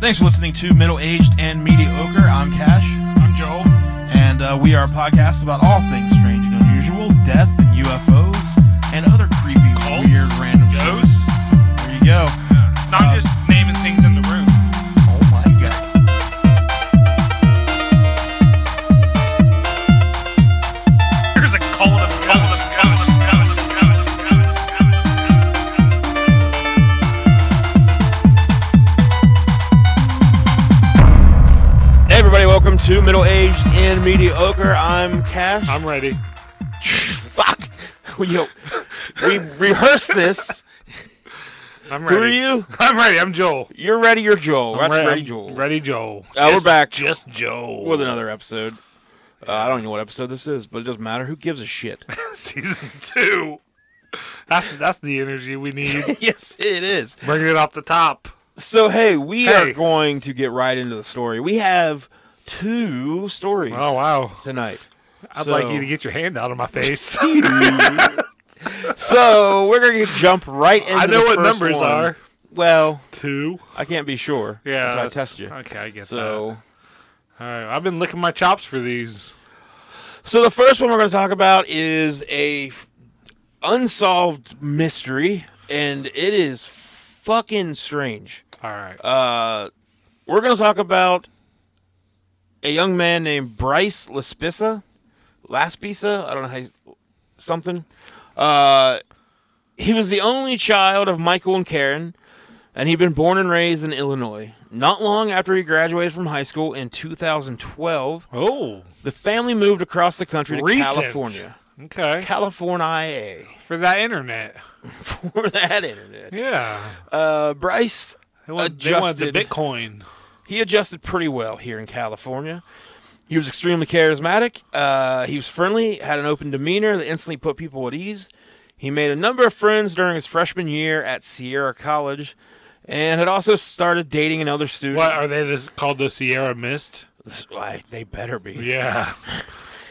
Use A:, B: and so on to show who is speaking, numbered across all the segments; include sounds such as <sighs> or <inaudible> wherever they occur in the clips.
A: Thanks for listening to Middle Aged and Mediocre. I'm Cash. I'm Joel. And uh, we are a podcast about all things strange and unusual, death and UFOs, and other creepy,
B: Cults,
A: weird, random
B: ghosts.
A: shit. There you go.
B: No, I'm just naming things in the room.
A: Oh my god.
B: There's a cult of ghosts.
A: Hey everybody, welcome to Middle Aged and Mediocre. I'm Cash.
C: I'm ready.
A: <laughs> fuck. Yo, we rehearsed
C: <laughs>
A: this.
C: I'm
A: Who are
C: ready.
A: you?
C: I'm ready. I'm Joel.
A: You're ready. You're Joel.
C: I'm
A: That's
C: re-
A: ready,
C: I'm
A: Joel.
C: Ready, Joel.
A: Uh, we're back.
C: Just Joel.
B: <laughs>
A: with another episode. Uh, I don't know what episode this is, but it doesn't matter. Who gives a shit?
C: season two. That's that's the energy we need.
A: <laughs> yes, it is.
C: Bringing it off the top.
A: So hey, we
C: Hey.
A: are going to get right into the story. We have two stories
C: Oh wow.
A: tonight.
C: I'd like you to get your hand out of
A: <laughs>
C: my face.
A: so we're gonna jump right into.
C: I know
A: the
C: what
A: first
C: numbers
A: one.
C: are.
A: Well,
C: Two.
A: I can't be sure.
C: Yeah.
A: until I
C: that's-
A: test you.
C: Okay, I get
A: So.
C: that. All right. I've been licking my chops for these.
A: So the first one we're going to talk about is a f- unsolved mystery, and it is fucking strange.
C: All right.
A: Uh, we're going to talk about a young man named Bryce Laspisa, Laspisa. I don't know how you, something. Uh, he was the only child of Michael and Karen, and he'd been born and raised in Illinois. Not long after he graduated from high school in 2012,
C: oh.
A: the family moved across the country to
C: Recent.
A: California.
C: Okay.
A: California.
C: For that internet.
A: <laughs> For that internet.
C: Yeah.
A: Uh, Bryce,
C: They want, they want the
A: Adjusted.
C: Bitcoin.
A: he adjusted pretty well here in California. He was extremely charismatic. Uh, he was friendly, had an open demeanor that instantly put people at ease. He made a number of friends during his freshman year at Sierra College and had also started dating another student.
C: What are they just called the Sierra Mist?
A: Why, they better be.
C: Yeah. <laughs>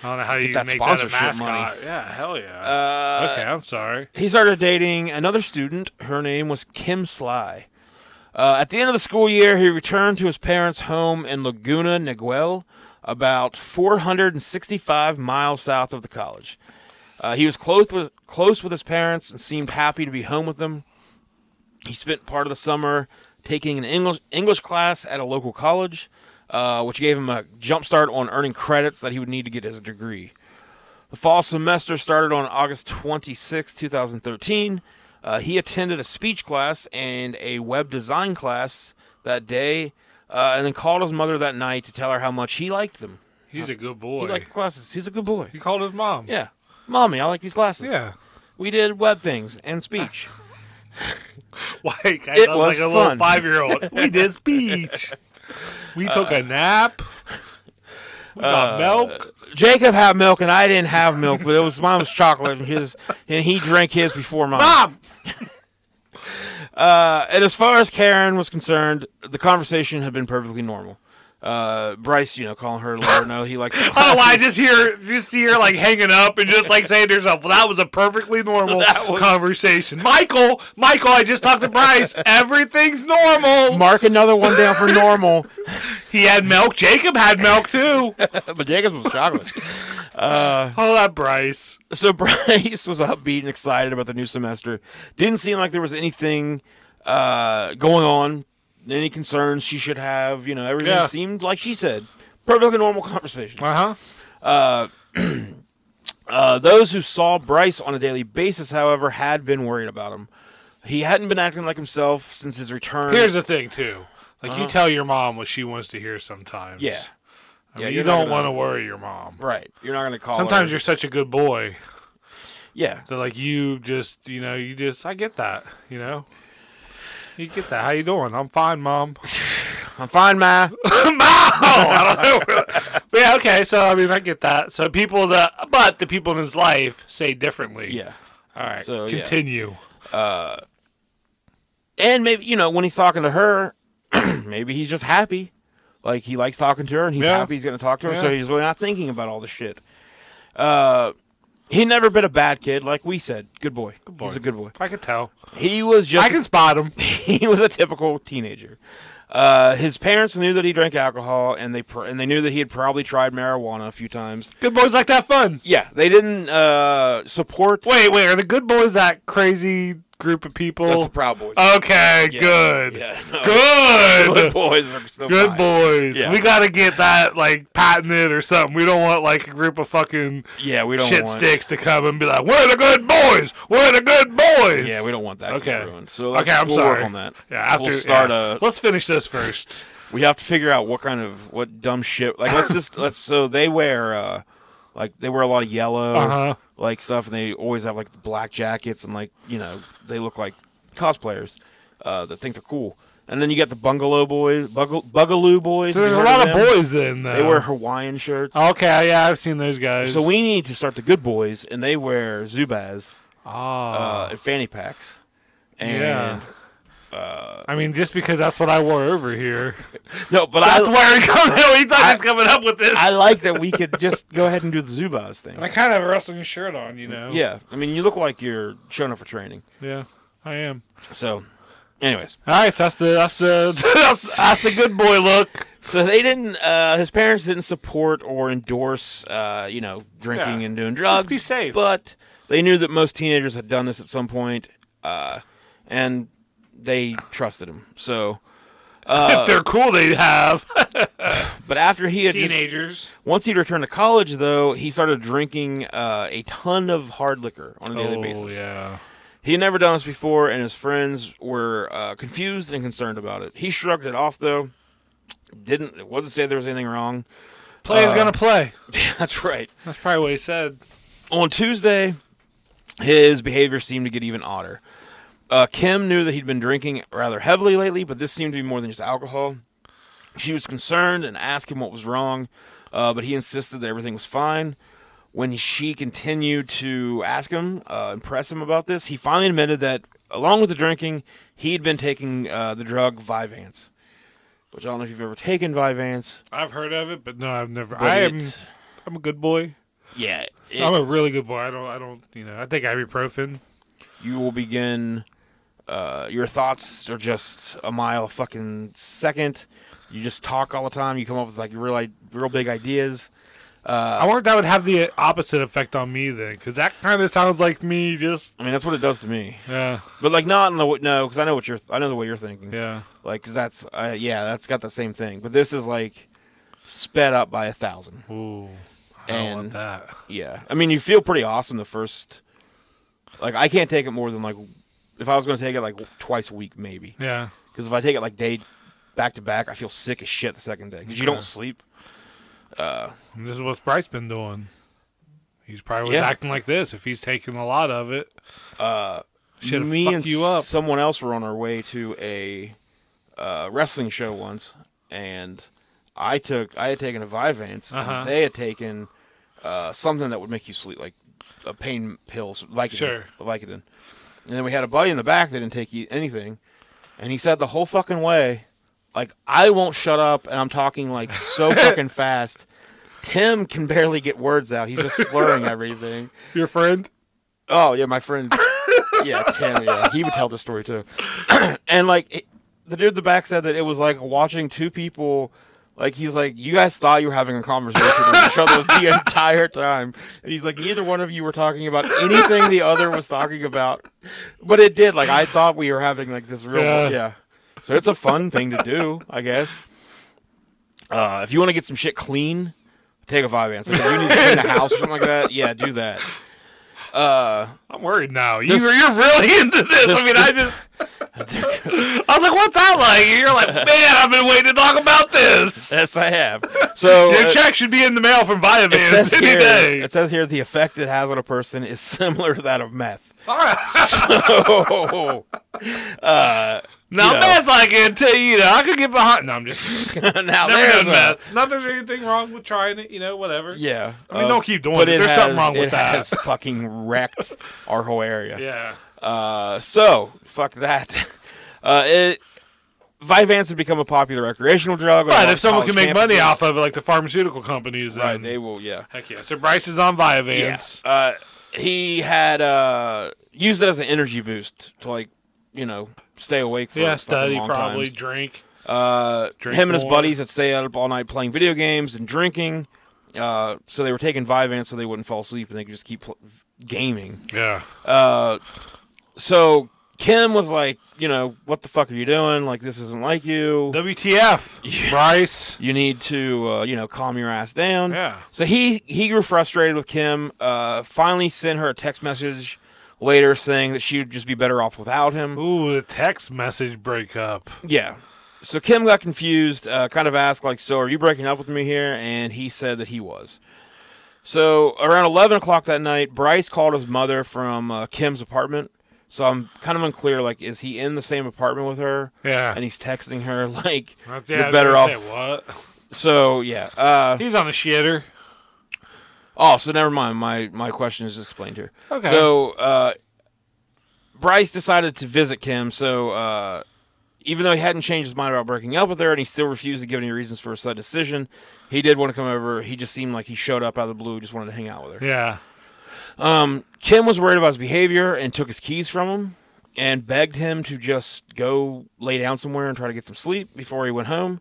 C: I don't know how you
A: that
C: make that a
A: sponsorship
C: mascot.
A: money.
C: Yeah, hell yeah.
A: Uh,
C: okay, I'm sorry.
A: he started dating another student. Her name was Kim Sly. Uh, at the end of the school year, he returned to his parents' home in Laguna Niguel, about 465 miles south of the college. Uh, he was close with, close with his parents and seemed happy to be home with them. He spent part of the summer taking an English English class at a local college, uh, which gave him a jump start on earning credits that he would need to get his degree. The fall semester started on August 26, 2013. Uh, he attended a speech class and a web design class that day, uh, and then called his mother that night to tell her how much he liked them.
C: He's a good
A: He
C: boy.
A: liked the classes. He's a good boy.
C: he called his mom.
A: Yeah. Mommy, I like these classes.
C: Yeah. <laughs>
A: We did web things and speech.
C: Like, I
A: It
C: felt
A: was
C: like a
A: fun.
C: little five
A: <laughs>
C: year old. we did speech. We took
A: Uh,
C: a nap. We got milk.
A: Jacob had milk and I didn't have milk, but it was mine was chocolate and his and he drank his before mine.
C: Mom!
A: Uh, and as far as Karen was concerned, the conversation had been perfectly normal. Uh, Bryce, you know, calling her to let her know he likes. <laughs> the
C: Oh, I
A: classes.
C: just hear just hear like hanging up and just like saying to yourself, well, "That was a perfectly normal conversation." Michael, Michael, I just talked to Bryce. Everything's normal.
A: Mark another one down for normal,
C: He had milk. Jacob had milk too.
A: <laughs> but Jacob's was chocolate.
C: Oh, that Bryce.
A: <laughs> so Bryce was upbeat and excited about the new semester. Didn't seem like there was anything uh, going on, any concerns she should have. You know, everything
C: Yeah.
A: seemed like she said, perfectly normal conversation.
C: Uh huh.
A: Uh, those who saw Bryce on a daily basis, however, had been worried about him. He hadn't been acting like himself since his return.
C: Here's the thing too. Like you tell your mom what she wants to hear sometimes.
A: Uh-huh. yeah,
C: I
A: Yeah,
C: mean,
A: you're
C: you
A: not
C: don't
A: gonna-
C: want to worry your mom.
A: right. You're not gonna call.
C: Sometimes
A: her.
C: you're such a good boy
A: yeah.
C: that like you just you know you just I get that you know. You get that? How you doing? I'm fine, mom.
A: I'm fine, <laughs> ma.
C: <laughs> But yeah, okay. So I mean, I get that. So people that, but the people in his life say differently.
A: yeah.
C: All right.
A: So,
C: So
A: yeah.
C: continue.
A: And maybe you know when he's talking to her, <clears throat> maybe he's just happy. Like he likes talking to her, and he's
C: Yeah.
A: happy he's gonna talk to her, so
C: Yeah.
A: he's really not thinking about all the shit. Uh, He never been a bad kid, like we said. Good boy. Good boy. He's a good boy.
C: I can tell.
A: He was just <laughs>
C: I can spot him.
A: he was a typical teenager. Uh, his parents knew that he drank alcohol, and they pr- and they knew that he had probably tried marijuana a few times.
C: Good boys like that fun.
A: Yeah, they didn't uh, support.
C: Wait, wait. Are the good boys that crazy group of people?
A: That's the Proud Boys.
C: okay,
A: Yeah,
C: Uh, good.
A: yeah, <laughs> no.
C: Good.
A: Good boys are still
C: Good
A: fine.
C: boys.
A: Yeah.
C: We gotta get that like patented or something. We don't want like a group of fucking
A: Yeah, we don't
C: shit
A: want
C: sticks to come and be like, "We're the good boys. We're the good boys."
A: Yeah, we don't want that to
C: Okay.
A: get ruined. So let's-
C: Okay, I'm
A: we'll
C: sorry.
A: work on that.
C: Yeah, after
A: we'll start
C: yeah.
A: a.
C: Let's finish this first.
A: We have to figure out what kind of what dumb shit. Like let's just let's. So they wear uh, like they wear a lot of yellow
C: Uh-huh.
A: like stuff, and they always have like black jackets and like you know they look like cosplayers uh, that think they're cool. And then you got the bungalow boys, buggle, bugaloo boys.
C: So there's
A: You
C: a
A: heard
C: lot of
A: them?
C: boys then. Though.
A: They wear Hawaiian shirts.
C: Okay, yeah, I've seen those guys.
A: So we need to start the good boys, and they wear Zubaz
C: Ah,
A: uh, and fanny packs. And
C: yeah. I mean, just because that's what I wore
A: <laughs>
C: over here.
A: no, but
C: That's
A: I,
C: where he comes. He's not
A: I-
C: just coming up with this.
A: I like that we could just go ahead and do the Zubaz thing.
C: I kind of have a wrestling shirt on, you know.
A: Yeah, I mean, you look like you're showing up for training.
C: yeah, I am.
A: So, anyways,
C: All right, so that's the that's the <laughs> that's, that's the good boy look.
A: so they didn't. Uh, his parents didn't support or endorse, uh, you know, drinking
C: Yeah.
A: and doing drugs.
C: be safe.
A: But they knew that most teenagers had done this at some point, uh, and they trusted him. So, Uh,
C: if they're cool, they have
A: but after he had just-
C: <laughs> teenagers.
A: once he'd returned to college, though, he started drinking uh, a ton of hard liquor on a daily basis.
C: Oh, yeah.
A: He had never done this before, and his friends were uh, confused and concerned about it. He shrugged it off, though. Didn't it wasn't say there was anything wrong. <laughs>
C: Play is gonna play.
A: That's right.
C: Uh, That's probably what he said.
A: On Tuesday, his behavior seemed to get even odder. Uh, Kim knew that he'd been drinking rather heavily lately, but this seemed to be more than just alcohol. She was concerned and asked him what was wrong, uh, but he insisted that everything was fine. When she continued to ask him, uh, impress him about this, he finally admitted that, along with the drinking, he'd been taking uh, the drug Vyvanse, which I don't know if you've ever taken Vyvanse.
C: I've heard of it, but no, I've never.
A: But Oh,
C: I am.
A: it-
C: I'm a good boy.
A: Yeah, it-
C: I'm a really good boy. I don't. I don't. You know. I take ibuprofen.
A: you will begin. Uh, your thoughts are just a mile a fucking second. You just talk all the time. You come up with like real, i- real big ideas. Uh,
C: I wonder if that would have the opposite effect on me then, because that kind of sounds like me. Just
A: I mean, that's what it does to me.
C: yeah,
A: But like, not in the w- no, because I know what you're. I know the way you're thinking.
C: yeah.
A: Like, 'cause that's uh, yeah, that's got the same thing. But this is like sped up by a thousand.
C: Ooh, I don't
A: And
C: want that.
A: yeah, I mean, you feel pretty awesome the first. Like, I can't take it more than like, if I was going to take it like twice a week, maybe.
C: Yeah,
A: Because if I take it like day back to back, I feel sick as shit the second day. Because you
C: Okay.
A: don't sleep. Uh,
C: and this is what Bryce been doing. He's probably was
A: Yeah.
C: acting like this if he's taking a lot of it.
A: uh,
C: Should've
A: me
C: fucked
A: and
C: you up.
A: someone else were on our way to a uh, wrestling show once, and I took I had taken a Vyvanse,
C: Uh-huh.
A: and they had taken uh, something that would make you sleep, like a pain pills, Vicodin,
C: Sure.
A: Vicodin. And then we had a buddy in the back that didn't take e- anything, and he said the whole fucking way, like I won't shut up, and I'm talking like
C: <laughs>
A: so fucking fast. Tim can barely get words out. He's just slurring everything.
C: Your friend.
A: Oh yeah, my friend. yeah, Tim. Yeah, he would tell the story too. <clears throat> and like it, the dude at the back said that it was like watching two people. Like he's like, you guys thought you were having a conversation with each other the entire time. And he's like, neither one of you were talking about anything the other was talking about, but it did. Like I thought we were having like this real,
C: Yeah.
A: yeah. So it's a fun thing to do, I guess. Uh, if you want to get some shit clean, take a five answer. If you need to clean a house or something like that, yeah, do that.
C: I'm worried now. You,
A: This-
C: you're really into this. I mean, I just. I was like, "What's that like?" And you're like, "Man, I've been waiting to talk about
A: <laughs>
C: this."
A: Yes, I have. So
C: Your
A: uh,
C: check should be in the mail from
A: it says
C: Viavans any
A: here-
C: day.
A: It says here the effect it has on a person is <laughs> similar to that of meth.
C: All right.
A: So, <laughs>
C: Now
A: know.
C: meth, I can tell you, you know, I could get behind. No, I'm just
A: now
C: never
A: there's
C: done
A: a-
C: meth. Not there's anything wrong with trying it, you know, whatever.
A: Yeah,
C: I mean,
A: uh,
C: don't keep doing
A: but
C: it. There's
A: has,
C: something wrong with
A: it
C: that.
A: has <laughs> fucking wrecked our whole area.
C: Yeah.
A: Uh, so fuck that. <laughs> Uh, it, Vyvanse had become a popular recreational drug. on a lot
C: But if
A: of
C: someone can
A: college
C: make money
A: campuses.
C: off of it, like the pharmaceutical companies, then
A: right, they will. Yeah.
C: heck yeah. So Bryce is on Vyvanse.
A: Uh, he had uh, used it as an energy boost to like you know stay awake for
C: yeah,
A: fucking
C: study
A: long
C: probably
A: times.
C: drink.
A: Uh,
C: Drink
A: him and his
C: more.
A: buddies that stay up all night playing video games and drinking. Uh, so they were taking Vyvanse so they wouldn't fall asleep and they could just keep pl- gaming.
C: Yeah,
A: So Kim was like, you know, what the fuck are you doing? Like this isn't like you.
C: WTF, Bryce?
A: you need to uh, you know calm your ass down.
C: Yeah.
A: So he he grew frustrated with Kim. Uh, finally, sent her a text message later saying that she would just be better off without him.
C: Ooh, the text message breakup.
A: Yeah. So Kim got confused, uh, kind of asked like, "So are you breaking up with me here?" And he said that he was. So around eleven o'clock that night, Bryce called his mother from uh, Kim's apartment. So I'm kind of unclear. Like, is he in the same apartment with her?
C: Yeah.
A: And he's texting her <laughs> like,
C: That's- yeah, I
A: "You're
C: was
A: better off."
C: gonna say, what?
A: So yeah. Uh,
C: He's on a shitter.
A: Oh, so never mind. My my question is explained here.
C: Okay.
A: So uh, Bryce decided to visit Kim. So uh, even though he hadn't changed his mind about breaking up with her, and he still refused to give any reasons for his sudden decision, he did want to come over. He just seemed like he showed up out of the blue, just wanted to hang out with her.
C: Yeah.
A: Kim was worried about his behavior and took his keys from him and begged him to just go lay down somewhere and try to get some sleep before he went home.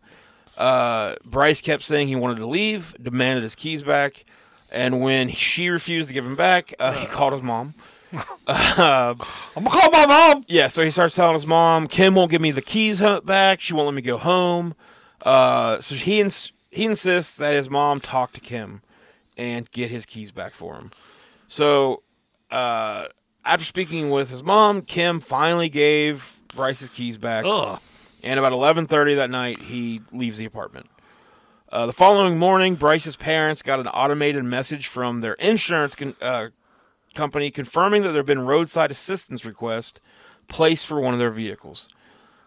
A: Uh, Bryce kept saying he wanted to leave, demanded his keys back, and when she refused to give him back, uh, he called his mom.
C: I'm gonna call my mom.
A: Yeah, so he starts telling his mom, Kim won't give me the keys ho- back. She won't let me go home. Uh, so he ins- he insists that his mom talk to Kim and get his keys back for him. So uh, after speaking with his mom, Kim finally gave Bryce his keys back.
C: Ugh.
A: And about 11:30 that night, he leaves the apartment. Uh, the following morning, Bryce's parents got an automated message from their insurance con- uh, company confirming that there had been roadside assistance request placed for one of their vehicles.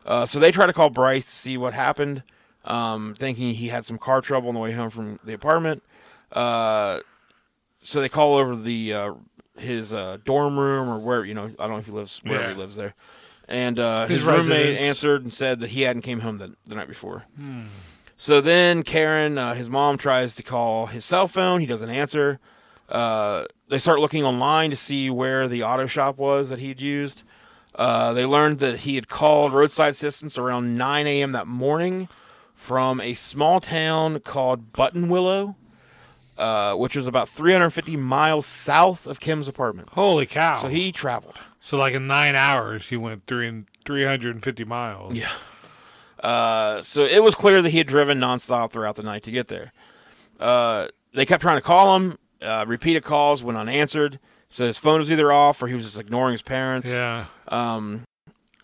A: Uh, so they tried to call Bryce to see what happened, um, thinking he had some car trouble on the way home from the apartment. Uh, so they call over the uh, his uh, dorm room or where you know I don't know if he lives wherever
C: Yeah.
A: he lives there, and uh, his,
C: His
A: roommate
C: residence.
A: answered and said that he hadn't came home the, the night before. So then Karen, uh, his mom, tries to call his cell phone. He doesn't answer. Uh, they start looking online to see where the auto shop was that he'd used. Uh, they learned that he had called roadside assistance around 9 a.m. that morning from a small town called Button Willow, uh, which was about 350 miles south of Kim's apartment.
C: Holy cow!
A: So
C: So,
A: he traveled.
C: like in nine hours, he went three and three hundred and fifty miles. Yeah.
A: Uh, so it was clear that he had driven nonstop throughout the night to get there. Uh, they kept trying to call him. Uh, repeated calls went unanswered. So his phone was either off or he was just ignoring his parents.
C: Yeah.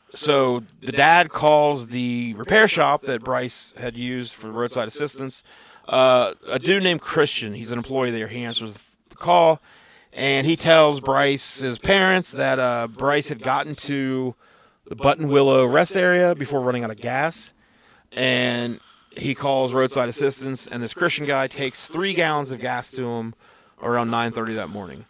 A: So the dad calls the repair shop that Bryce had used for roadside assistance. Uh, a dude named Christian, he's an employee there. He answers the f- the call, and he tells Bryce's parents that uh, Bryce had gotten to the Button Willow rest area before running out of gas, and he calls roadside assistance. And this Christian guy takes three gallons of gas to him around 9:30 that morning.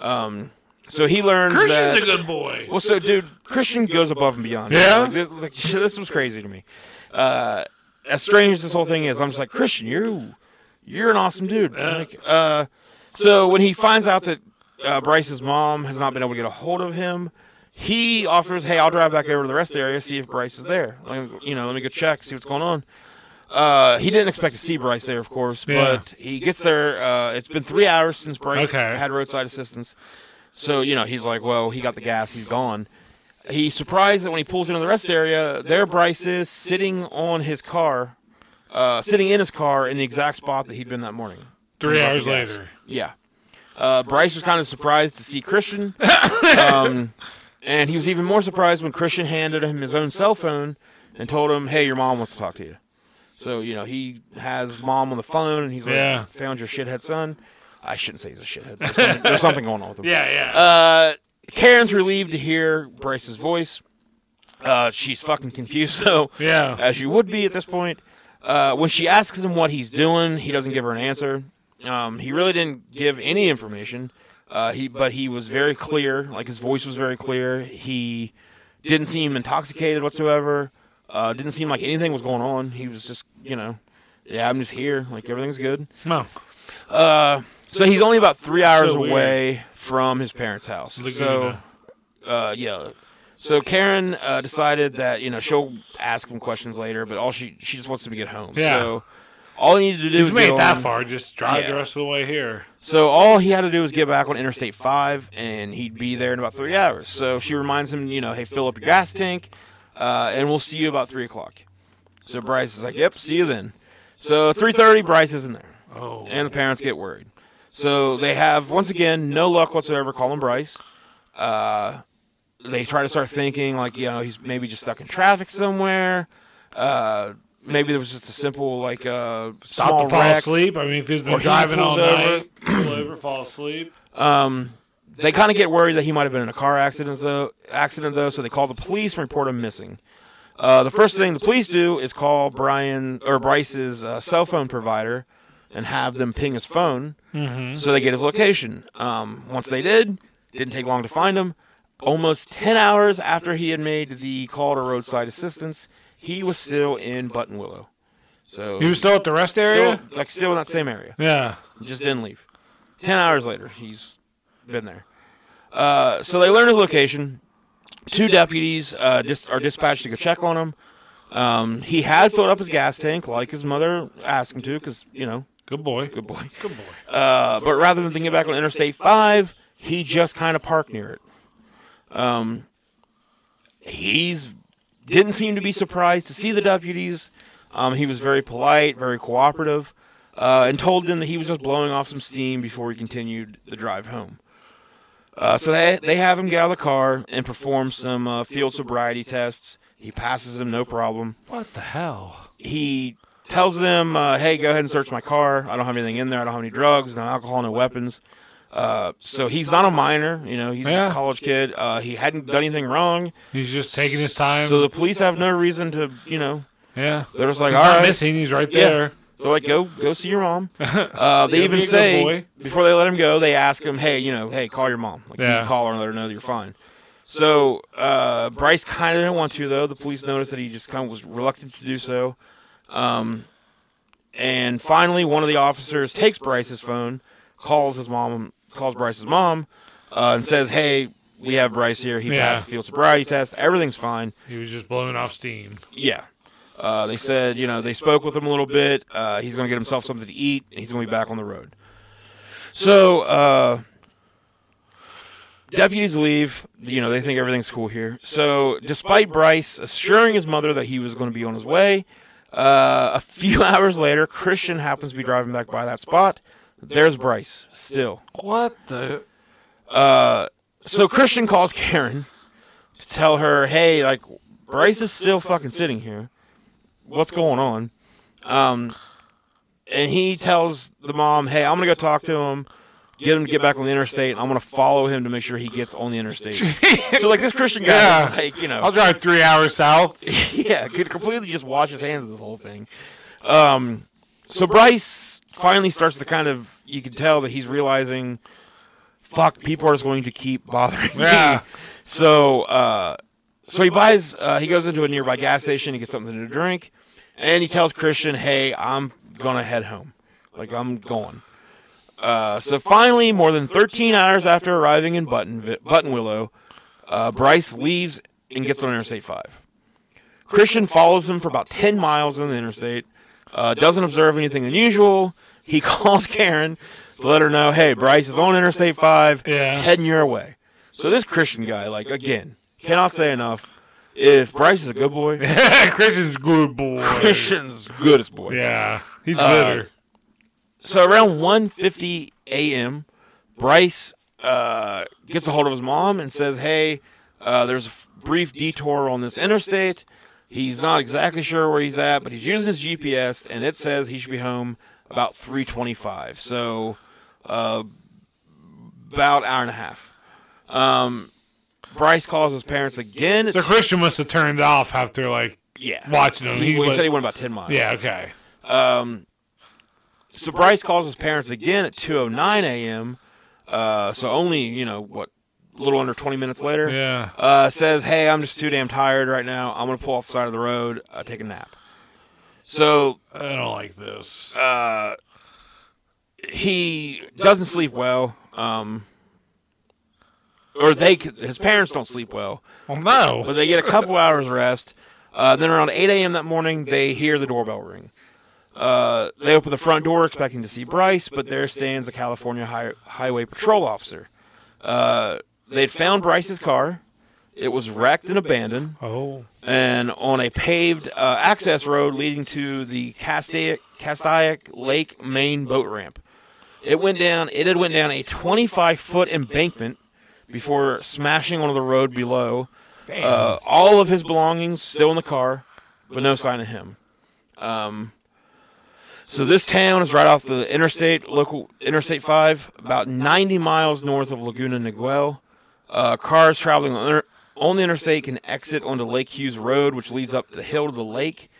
A: Um, so he learns that
C: Christian's a good boy.
A: well, so dude, Christian goes above and beyond.
C: Yeah?
A: Like, this, like, <laughs> this was crazy to me. Uh, as strange as this whole thing is, I'm just like Christian, you, you're an awesome dude. Like, uh, so when he finds out that uh, Bryce's mom has not been able to get a hold of him, he offers, "Hey, I'll drive back over to the rest area, see if Bryce is there. Like, you know, let me go check, see what's going on." Uh, he didn't expect to see Bryce there, of course,
C: Yeah.
A: but he gets there. Uh, it's been three hours since Bryce
C: Okay.
A: had roadside assistance. So, you know, he's like, well, he got the gas, he's gone. He's surprised that when he pulls into the rest area, there Bryce is sitting on his car, uh, sitting in his car in the exact spot that he'd been that morning.
C: Three
A: About
C: hours
A: the gas.
C: later.
A: Yeah. Uh, Bryce was kind of surprised to see
C: <laughs>
A: Christian. um, and he was even more surprised when Christian handed him his own cell phone and told him, hey, your mom wants to talk to you. So, you know, he has mom on the phone and he's like,
C: Yeah.
A: found your shithead son. I shouldn't say he's a shithead. There's something, there's something going on with him.
C: Yeah, yeah.
A: Uh, Karen's relieved to hear Bryce's voice. Uh, she's fucking confused, <laughs> though,
C: yeah.
A: as you would be at this point. Uh, when she asks him what he's doing, he doesn't give her an answer. Um, he really didn't give any information. Uh, he, but he was very clear. Like his voice was very clear. He didn't seem intoxicated whatsoever. Uh, didn't seem like anything was going on. He was just, you know, yeah, I'm just here. Like everything's good.
C: no.
A: So he's only about three hours
D: weird.
A: away from his parents' house. So,
D: Laguna.
A: uh, yeah. So Karen uh, decided that you know she'll ask him questions later, but all she she just wants him to get home.
D: Yeah.
A: So all he needed to do
D: He's
A: was
D: made
A: get
D: it that
A: on-
D: far. Just drive
A: Yeah.
D: the rest of the way here.
A: So all he had to do was get back on Interstate Five, and he'd be there in about three hours. So she reminds him, you know, hey, fill up your gas tank, uh, and we'll see you about three o'clock. So Bryce is like, yep, see you then. So three thirty, Bryce isn't there,
D: Oh,
A: and the parents get worried. So they have once again no luck whatsoever calling Bryce. Uh, they try to start thinking like, you know, he's maybe just stuck in traffic somewhere. Uh, maybe there was just a simple like uh,
D: stop
A: small
D: to fall
A: wreck.
D: asleep. I mean, if he's been
A: Or he
D: driving all
A: pulls over.
D: <clears throat> night, pull over, fall asleep.
A: Um, they kind of get worried that he might have been in a car accident, though. Accident though, so they call the police and report him missing. Uh, the first thing the police do is call Brian or Bryce's uh, cell phone provider and have them ping his phone, so they get his location. Um, once they did, didn't take long to find him. Almost ten hours after he had made the call to roadside assistance, he was still in Button Willow. So
D: He was still at the rest area.
A: still- like still in that same area
D: yeah.
A: just didn't leave. Ten hours later, he's been there. Uh, so they learn his location. Two deputies uh, dis- are dispatched to go check on him. Um, he had filled up his gas tank, like his mother asked him to, because you know,
D: Good boy.
A: good boy.
D: Good boy.
A: Uh, but rather than thinking back on Interstate Five, he just kind of parked near it. Um, he's didn't seem to be surprised to see the deputies. Um, he was very polite, very cooperative, uh, and told them that he was just blowing off some steam before he continued the drive home. Uh, so they they have him get out of the car and perform some uh, field sobriety tests. He passes them no problem
D: What the hell?
A: he tells them, uh, "Hey, go ahead and search my car. I don't have anything in there. I don't have any drugs, no alcohol, no weapons." Uh, so he's not a minor. You know, he's
D: Yeah.
A: a college kid. Uh, he hadn't done anything wrong.
D: He's just taking his time.
A: So the police have no reason to, you know,
D: yeah.
A: they're just like,
D: He's
A: "All
D: not
A: right."
D: missing. He's right
A: Yeah.
D: there.
A: So like, go go see your
D: <laughs>
A: mom. Uh, they
D: Yeah,
A: even
D: be a good
A: say
D: boy.
A: before they let him go, they ask him, "Hey, you know, hey, call your mom. Like, you
D: Yeah.
A: can call her and let her know that you're fine." So uh, Bryce kind of didn't want to though. The police noticed that he just kind of was reluctant to do so. Um, and finally, one of the officers takes Bryce's phone, calls his mom, calls Bryce's mom, uh, and says, "Hey, we have Bryce here. He
D: Yeah.
A: passed the field sobriety test. Everything's fine."
D: He was just blowing off steam.
A: Yeah. Uh, they said, you know, they spoke with him a little bit. Uh, he's going to get himself something to eat. And he's going to be back on the road. So, uh, deputies leave. You know, they think everything's cool here. So, despite Bryce assuring his mother that he was going to be on his way, uh, a few <laughs> hours later, Christian happens to be driving back by that spot. There's Bryce still. Uh,
D: What the?
A: So, Christian calls Karen to tell her, hey, like, Bryce is still fucking sitting here. What's going on? Um, and he tells the mom, "Hey, I'm gonna go talk to him, get him to get back on the interstate, and I'm gonna follow him to make sure he gets on the interstate."
D: <laughs>
A: so like this Christian guy,
C: Yeah.
A: is like you
C: I'll
A: know,
C: drive three hours
D: <laughs>
C: south.
A: <laughs> yeah, could completely just wash his hands of this whole thing. Um, so Bryce finally starts to kind of, you can tell that he's realizing, fuck, people are just going to keep bothering me.
D: <laughs> Yeah.
A: <laughs> So, uh, so he buys. Uh, he goes into a nearby gas station to get something to drink, and he tells Christian, "Hey, I'm gonna head home. Like I'm going." Uh, so finally, more than 13 hours after arriving in Button Button Willow, uh, Bryce leaves and gets on Interstate Five. Christian follows him for about 10 miles on the interstate. Uh, doesn't observe anything unusual. He <laughs> calls Karen to let her know, "Hey, Bryce is on Interstate Five. he's
D: Yeah.
A: heading your way." So this Christian guy, like again, cannot say enough. If Bryce is a good boy,
D: <laughs> Christian's good boy. Uh,
A: Christian's goodest
D: <laughs>
A: boy.
D: yeah. He's gooder.
A: So around 1:50 a.m., Bryce uh, gets a hold of his mom and says, "Hey, uh, there's a f- brief detour on this interstate. He's not exactly sure where he's at, but he's using his GPS, and it says he should be home about 3:25. So uh, about hour and a half." Um, Bryce calls his parents again.
D: So Christian must have turned off after like
A: yeah,
D: watching him.
A: He,
D: He
A: well, he
D: was-
A: said he went about 10 miles.
D: yeah. Okay.
A: Um, so Bryce calls his parents again at 2:09 a.m. Uh, so only you know what, a little under 20 minutes later.
D: Yeah.
A: Uh, says, "Hey, I'm just too damn tired right now. I'm gonna pull off the side of the road, uh, take a nap." So
D: I don't like this.
A: uh, he doesn't sleep well. Um, or they c- his parents don't sleep well,
D: Well, no.
A: but they get a couple hours rest. Uh, then around 8 a.m. that morning, they hear the doorbell ring. Uh, they open the front door expecting to see Bryce, but there stands a California hi- Highway Patrol officer. Uh, they'd found Bryce's car. It was wrecked and abandoned
D: Oh.
A: and on a paved uh, access road leading to the Castaic, Castaic Lake main boat ramp. It went down. It had went down a 25 foot embankment before smashing onto the road below. Uh, all of his belongings still in the car, but no sign of him. Um, so this town is right off the interstate, local Interstate Five, about 90 miles north of Laguna Niguel. Uh, cars traveling on, inter- on the interstate can exit onto Lake Hughes Road, which leads up the hill to the lake.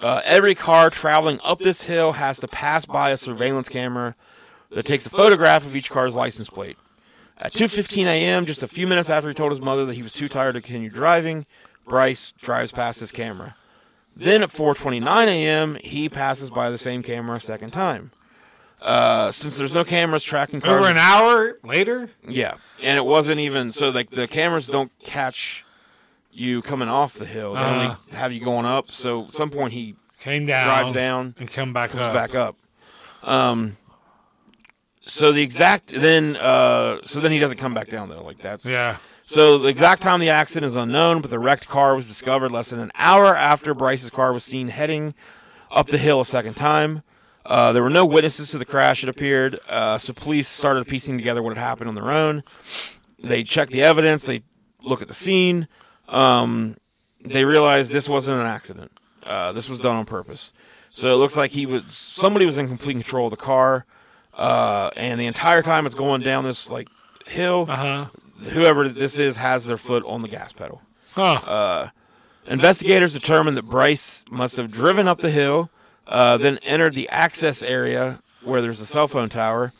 A: Uh, every car traveling up this hill has to pass by a surveillance camera that takes a photograph of each car's license plate. At 2:15 a.m., just a few minutes after he told his mother that he was too tired to continue driving, Bryce drives past his camera. Then at 4:29 a.m., he passes by the same camera a second time. Uh, since there's no cameras tracking cars,
D: Over an hour later?
A: yeah, and it wasn't even so like the cameras don't catch you coming off the hill. They
D: Uh.
A: only have you going up. So at some point he
D: Came down.
A: drives down,
D: And come back
A: comes
D: up.
A: back up. Um. So the exact then uh so then he doesn't come back down though like that's
D: Yeah.
A: so the exact time of the accident is unknown, but the wrecked car was discovered less than an hour after Bryce's car was seen heading up the hill a second time. Uh, there were no witnesses to the crash, it appeared, uh, so police started piecing together what had happened on their own. They checked the evidence, they look at the scene. Um, they realized this wasn't an accident. Uh, this was done on purpose. So it looks like he was somebody was in complete control of the car, uh, and the entire time it's going down this like hill,
D: Uh huh.
A: whoever this is has their foot on the gas pedal.
D: Huh.
A: Uh, Investigators determined that Bryce must have driven up the hill, uh, then entered the access area where there's a cell phone tower.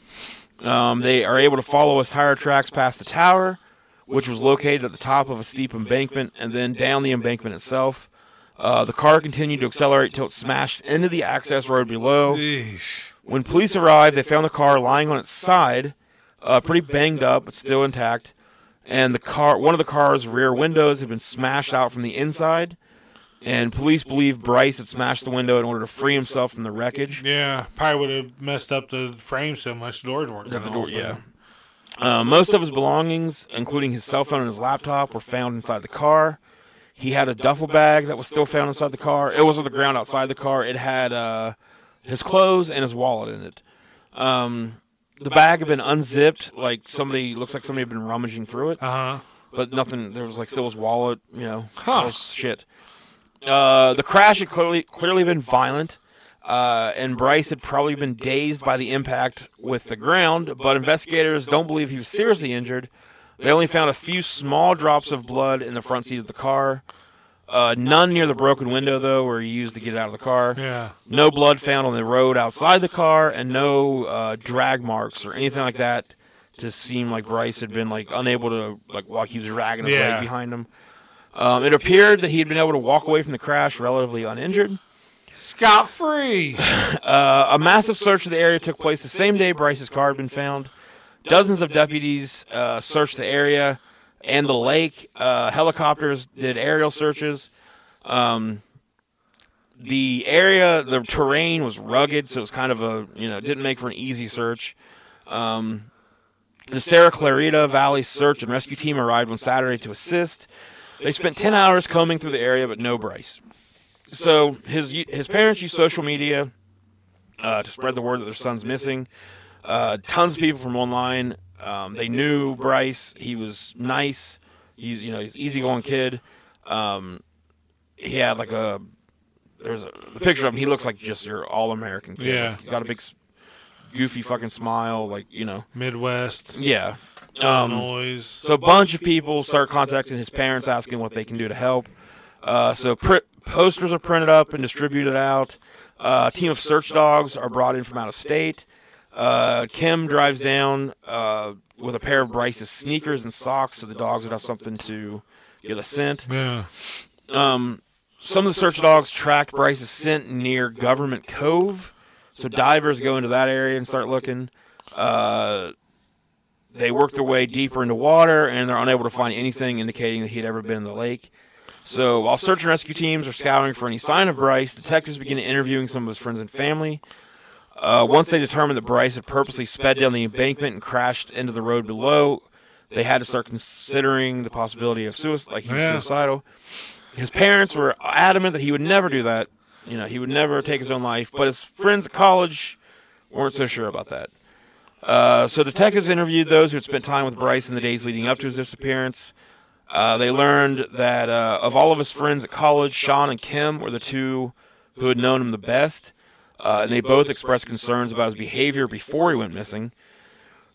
A: Um, they are able to follow his tire tracks past the tower, which was located at the top of a steep embankment, and then down the embankment itself. Uh, the car continued to accelerate till it smashed into the access road below.
D: Jeez.
A: When police arrived, they found the car lying on its side, uh, pretty banged up, but still intact. And the car, one of the car's rear windows had been smashed out from the inside. And police believe Bryce had smashed the window in order to free himself from the wreckage.
D: Yeah. Probably would have messed up the frame so much the doors weren't.
A: At the
D: gonna
A: door,
D: open.
A: yeah. Uh, most of his belongings, including his cell phone and his laptop, were found inside the car. He had a duffel bag that was still found inside the car. It was on the ground outside the car. It had uh, his clothes and his wallet in it. Um, the bag had been unzipped, like somebody looks like somebody had been rummaging through it,
D: Uh huh.
A: but nothing. There was like still his wallet, you know,
D: Huh.
A: all this shit. Uh, the crash had clearly clearly been violent, uh, and Bryce had probably been dazed by the impact with the ground. But investigators don't believe he was seriously injured. They only found a few small drops of blood in the front seat of the car. Uh, none near the broken window, though, where he used to get out of the car.
D: Yeah.
A: No blood found on the road outside the car, and no uh, drag marks or anything like that to seem like Bryce had been like unable to like walk. He was dragging his
D: Yeah.
A: leg behind him. Um, it appeared that he had been able to walk away from the crash relatively uninjured.
D: Scot free.
A: Uh, a massive search of the area took place the same day Bryce's car had been found. Dozens of deputies uh, searched the area and the lake. Uh, helicopters did aerial searches. Um, the area, the terrain was rugged, so it was kind of a, you know, didn't make for an easy search. Um, the Sierra Clarita Valley search and rescue team arrived on Saturday to assist. They spent 10 hours combing through the area, but no Bryce. So his his parents used social media uh, to spread the word that their son's missing. Uh, tons of people from online. Um, they knew Bryce. He was nice. He's you know he's an easygoing kid. Um, he had like a there's a the picture of him. He looks like just your all American kid.
D: Yeah.
A: he's got a big s- goofy fucking smile. Like you know.
D: <sighs> Midwest.
A: Yeah. Um,
D: Illinois.
A: so a bunch of people start contacting his parents, asking what they can do to help. Uh, so pri posters are printed up and distributed out. Uh, a team of search dogs are brought in from out of state. Uh, Kim drives down uh, with a pair of Bryce's sneakers and socks, so the dogs would have something to get a scent.
D: Yeah.
A: Um, some of the search dogs tracked Bryce's scent near Government Cove, So divers go into that area and start looking. Uh, they work their way deeper into water and they're unable to find anything indicating that he'd ever been in the lake. So while search and rescue teams are scouting for any sign of Bryce, detectives begin interviewing some of his friends and family. Uh, once they determined that Bryce had purposely sped down the embankment and crashed into the road below, they had to start considering the possibility of suicide, like he was
D: Yeah.
A: suicidal. His parents were adamant that he would never do that. You know, he would never take his own life. But his friends at college weren't so sure about that. Uh, so detectives interviewed those who had spent time with Bryce in the days leading up to his disappearance. Uh, they learned that uh, of all of his friends at college, Sean and Kim were the two who had known him the best, uh, and they both expressed concerns about his behavior before he went missing.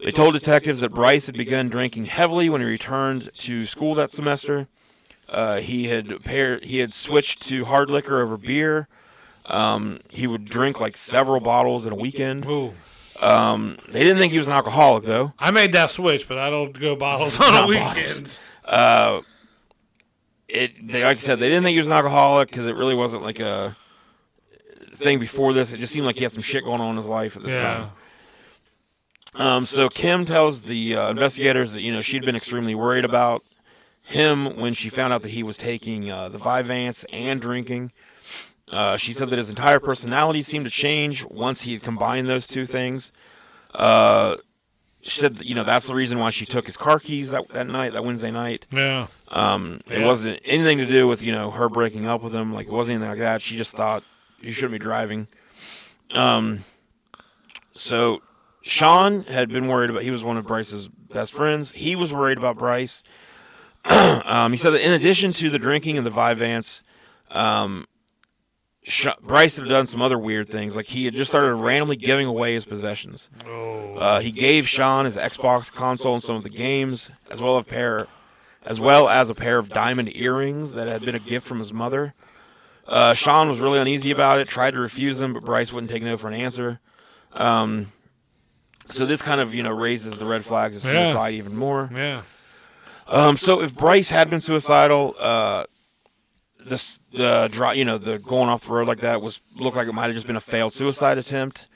A: They told detectives that Bryce had begun drinking heavily when he returned to school that semester. Uh, he had pair, he had switched to hard liquor over beer. Um, he would drink like several bottles in a weekend.
D: Ooh.
A: They didn't think he was an alcoholic though.
D: I made that switch, but I don't go <laughs> bottles on the weekends.
A: it they, like I said, they didn't think he was an alcoholic because it really wasn't like a thing before this. It just seemed like he had some shit going on in his life at this
D: Yeah.
A: time. Um, so Kim tells the uh, investigators that you know she'd been extremely worried about him when she found out that he was taking uh, the Vyvanse and drinking. Uh, she said that his entire personality seemed to change once he had combined those two things. Uh, she said, that, you know, that's the reason why she took his car keys that, that night, that Wednesday night.
D: Yeah.
A: Um, it
D: Yeah.
A: wasn't anything to do with you know her breaking up with him. Like it wasn't anything like that. She just thought you shouldn't be driving. Um, so Sean had been worried about. He was one of Bryce's best friends. He was worried about Bryce. <clears throat> um, he said that in addition to the drinking and the Vyvanse, um, Sh- Bryce had done some other weird things. Like he had just started randomly giving away his possessions.
D: Oh.
A: Uh, he gave Sean his Xbox console and some of the games, as well as a pair, as well as a pair of diamond earrings that had been a gift from his mother. Uh, Sean was really uneasy about it, tried to refuse him, but Bryce wouldn't take no for an answer. Um, so this kind of you know raises the red flags of
D: Yeah.
A: suicide even more.
D: Yeah.
A: Um, so if Bryce had been suicidal, uh, this the dri you know the going off the road like that was looked like it might have just been a failed suicide attempt.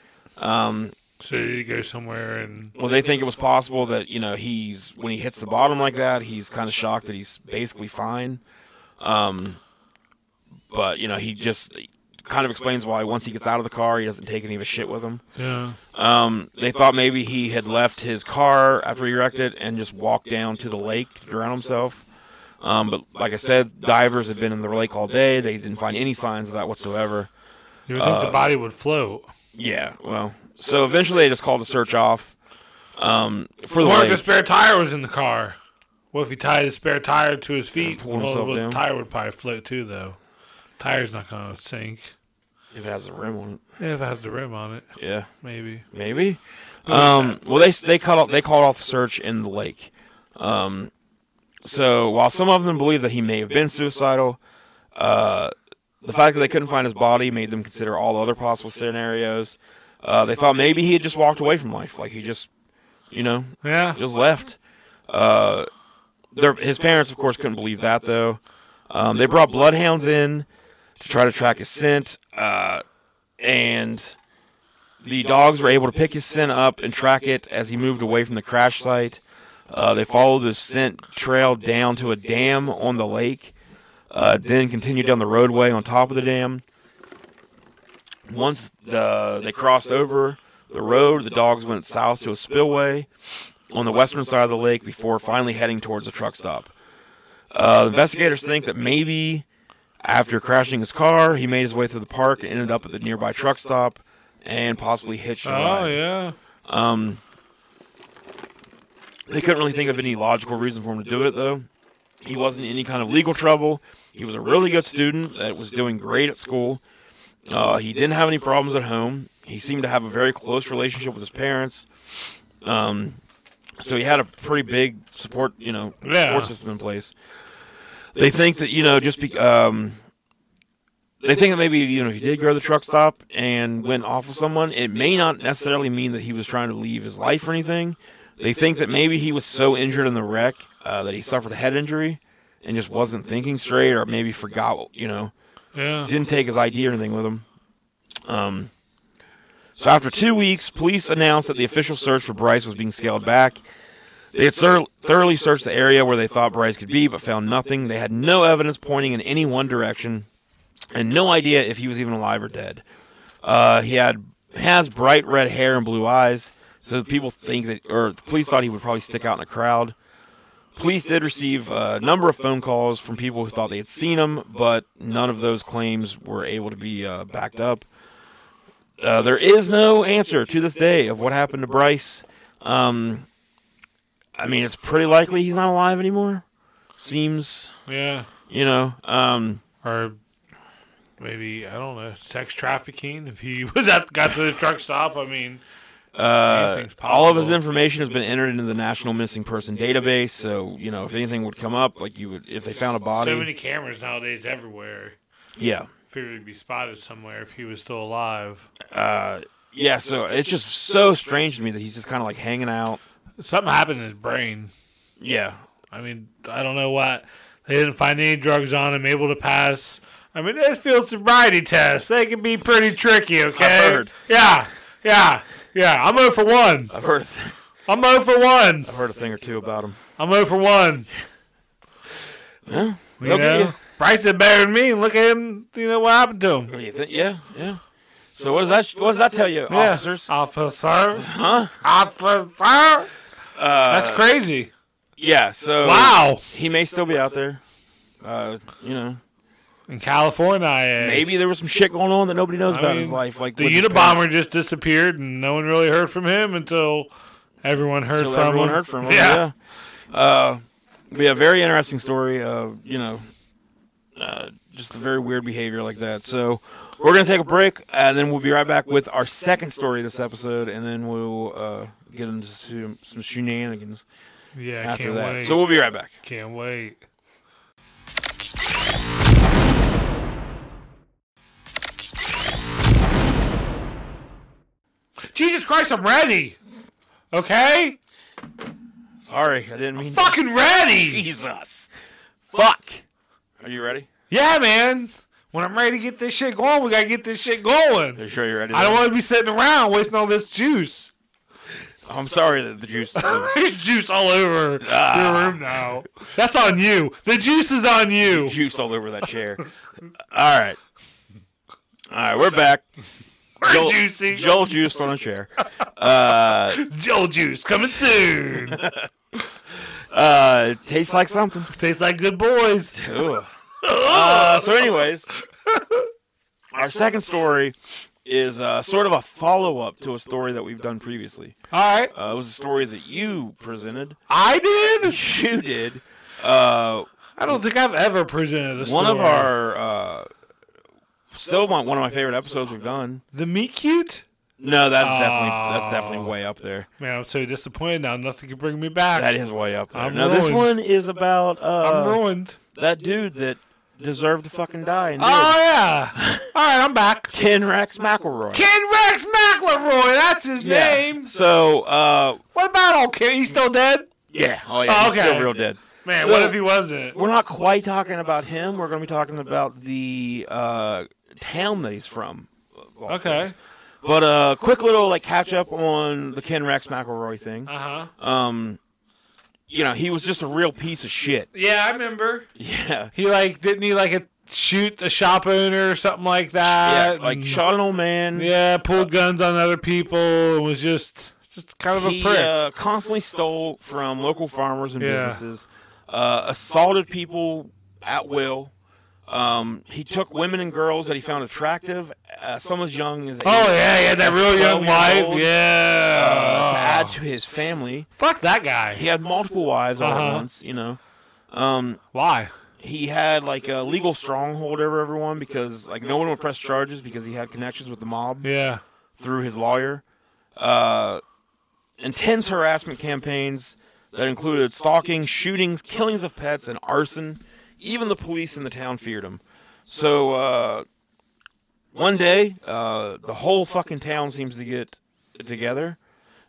D: So you go somewhere and
A: Well, they think it was possible that you know he's when he hits the bottom like that, he's kind of shocked that he's basically fine. Um, but you know he just kind of explains why once he gets out of the car, he doesn't take any of his shit with him.
D: yeah.
A: Um, they thought maybe he had left his car after he wrecked it and just walked down to the lake to drown himself. Um, but like I said, divers had been in the lake all day. They didn't find any signs of that whatsoever.
D: You would think
A: Uh,
D: the body would float.
A: Yeah, well, so eventually they just called the search off. Um, for the
D: Or if
A: lake.
D: the spare tire was in the car. What if he tied the spare tire to his feet?
A: pulled
D: Well,
A: himself
D: the
A: down.
D: tire would probably float too, though. Tire's not going to sink.
A: if it has a rim on it.
D: If it has the rim on it,
A: Yeah,
D: maybe.
A: maybe. Um, well, they they cut off, they called off the search in the lake. Um, so while some of them believe that he may have been suicidal, uh, the fact that they couldn't find his body made them consider all other possible scenarios. Uh, they thought maybe he had just walked away from life, like he just, you know,
D: Yeah.
A: just left. Uh, their, his parents, of course, couldn't believe that though. Um, they brought bloodhounds in to try to track his scent, uh, and the dogs were able to pick his scent up and track it as he moved away from the crash site. Uh, they followed the scent trail down to a dam on the lake, uh, then continued down the roadway on top of the dam. Once the, they crossed over the road, the dogs went south to a spillway on the western side of the lake before finally heading towards a truck stop. Uh, investigators think that maybe after crashing his car, he made his way through the park and ended up at the nearby truck stop and possibly hitched a
D: Oh,
A: ride.
D: yeah.
A: They couldn't really think of any logical reason for him to do it, though. He wasn't in any kind of legal trouble. He was a really good student that was doing great at school. Uh, he didn't have any problems at home. He seemed to have a very close relationship with his parents. Um, so he had a pretty big support, you know,
D: Yeah.
A: support system in place. They think that you know, just be, um, they think that maybe you know, if he did go to the truck stop and went off with someone, it may not necessarily mean that he was trying to leave his life or anything. They think that maybe he was so injured in the wreck uh, that he suffered a head injury and just wasn't thinking straight, or maybe forgot, you know,
D: Yeah.
A: didn't take his ID or anything with him. Um, So after two weeks, police announced that the official search for Bryce was being scaled back. They had thor- thoroughly searched the area where they thought Bryce could be, but found nothing. They had no evidence pointing in any one direction, and no idea if he was even alive or dead. Uh, he had has bright red hair and blue eyes, so people think that, or the police thought he would probably stick out in a crowd. Police did receive a number of phone calls from people who thought they had seen him, but none of those claims were able to be uh, backed up. Uh, there is no answer to this day of what happened to Bryce. Um, I mean, it's pretty likely he's not alive anymore. Seems,
D: Yeah.
A: you know. Um,
D: Or maybe, I don't know, sex trafficking. If he <laughs> was at, got to the truck stop, I mean,
A: uh,
D: Anything's
A: all of his
D: possible.
A: information has been entered into the National Missing Person Database. So, you know, if anything would come up, like you would, if they found a
D: so
A: body,
D: many cameras nowadays everywhere.
A: yeah.
D: Figured he'd be spotted somewhere if he was still alive.
A: Uh, yeah, so it's just so strange to me that he's just kind of like hanging out.
D: Something happened in his brain.
A: Yeah.
D: I mean, I don't know what. They didn't find any drugs on him, able to pass. I mean, those field sobriety tests, they can be pretty tricky, okay?
A: heard.
D: Yeah, yeah, yeah. I'm 0 for 1.
A: I've heard a th-
D: I'm 0 for 1.
A: I've heard a thing or two about him.
D: I'm 0 for 1. you
A: okay.
D: know? Bryce did better than me, and look at him, you know, what happened to him.
A: What do you think? Yeah, yeah. So what does that what does that tell you,
D: Yeah.
A: officers?
D: Officer. Huh? Officer. That's crazy.
A: Uh, Yeah. So
D: Wow.
A: he may still be out there. Uh, you know,
D: In California, eh?
A: maybe there was some shit going on that nobody knows
D: I
A: about in
D: mean,
A: his life, like
D: the
A: with his parents.
D: Unabomber just disappeared, and no one really heard from him until everyone heard
A: Until
D: from
A: everyone
D: him.
A: heard from him.
D: Yeah.
A: Yeah. Uh, but yeah, very interesting story. Uh, you know, uh, just a very weird behavior like that. So we're gonna take a break, and then we'll be right back with our second story this episode, and then we'll uh, get into some, some shenanigans
D: Yeah, I
A: after
D: can't
A: that.
D: wait.
A: So we'll be right back.
D: can't wait.
C: Jesus Christ, I'm ready. Okay?
A: Sorry, I didn't mean.
D: <laughs>
C: Fucking ready.
A: Jesus. Fuck. Are you ready?
C: Yeah, man. When I'm ready to get this shit going, we gotta get this shit going.
A: You sure you're ready?
C: I don't want to be sitting around wasting all this juice.
A: I'm sorry that the
D: <laughs>
A: juice. the
C: There's juice all over
A: Ah.
C: your room now. That's on you. The juice is on you.
A: juice all over that chair. All right. All right, we're back. Joel,
C: juicy.
A: Joel juiced on a Uh, chair. <laughs>
C: Joe juice coming soon.
A: <laughs> Uh, it tastes like something.
C: Tastes like good boys.
A: Ugh. <laughs> Uh, so, <laughs> anyways, our second story is uh, sort of a follow up to a story that we've done previously.
C: All right.
A: Uh, it was a story that you presented.
C: I did.
A: You did. Uh,
D: I don't think I've ever presented this.
A: one of our uh, still my, one of my favorite episodes we've done.
D: the meat cute.
A: No, that's definitely that's
D: Ah.
A: definitely way up there.
D: Man, I'm so disappointed now. Nothing can bring me back.
A: That is way up there.
D: I'm
A: no, this
D: ruined.
A: one is about
D: I'm
A: uh,
D: ruined.
A: that dude that deserved to fucking die. And
C: Oh
A: did.
C: yeah. All right, I'm back.
A: Ken Rex McElroy.
C: Ken Rex McElroy. That's his
A: Yeah.
C: name.
A: So, uh,
C: What about old Ken? He's still dead.
A: yeah. Oh, yeah.
C: Oh,
A: he's still
C: okay.
A: real dead.
D: Man,
A: So-
D: what if he wasn't?
A: We're not quite talking about him. We're going to be talking about the uh, town that he's from.
D: Okay.
A: But uh, quick little like catch up on the Ken Rex McElroy thing.
D: Uh
C: Uh-huh.
D: huh.
A: um you know he was just a real piece of shit <laughs>
D: Yeah, I remember.
A: yeah
C: He like didn't he like a, shoot a shop owner or something
A: yeah
C: like that?
A: like uh,
C: And-
A: shot an old man
C: Yeah, pulled guns on other people and was just just kind of a
A: he
C: prick.
A: uh, constantly stole from local farmers and
D: Yeah.
A: businesses uh, assaulted people at will um, he took women and girls that he found attractive uh, some as young as eight,
C: oh yeah, he had that real
A: 12
C: young
A: years
C: wife.
A: old.
C: Yeah. Oh.
A: uh, to add to his family
C: Fuck that guy.
A: he had multiple wives all
D: Uh-huh.
A: at once you know
C: Why?
A: he had like a legal stronghold over everyone because like no one would press charges because he had connections with the mob
D: Yeah.
A: through his lawyer. Uh, intense harassment campaigns that included stalking, shootings, killings of pets, and arson. Even the police in the town feared him. So uh, one day, uh, the whole fucking town seems to get together.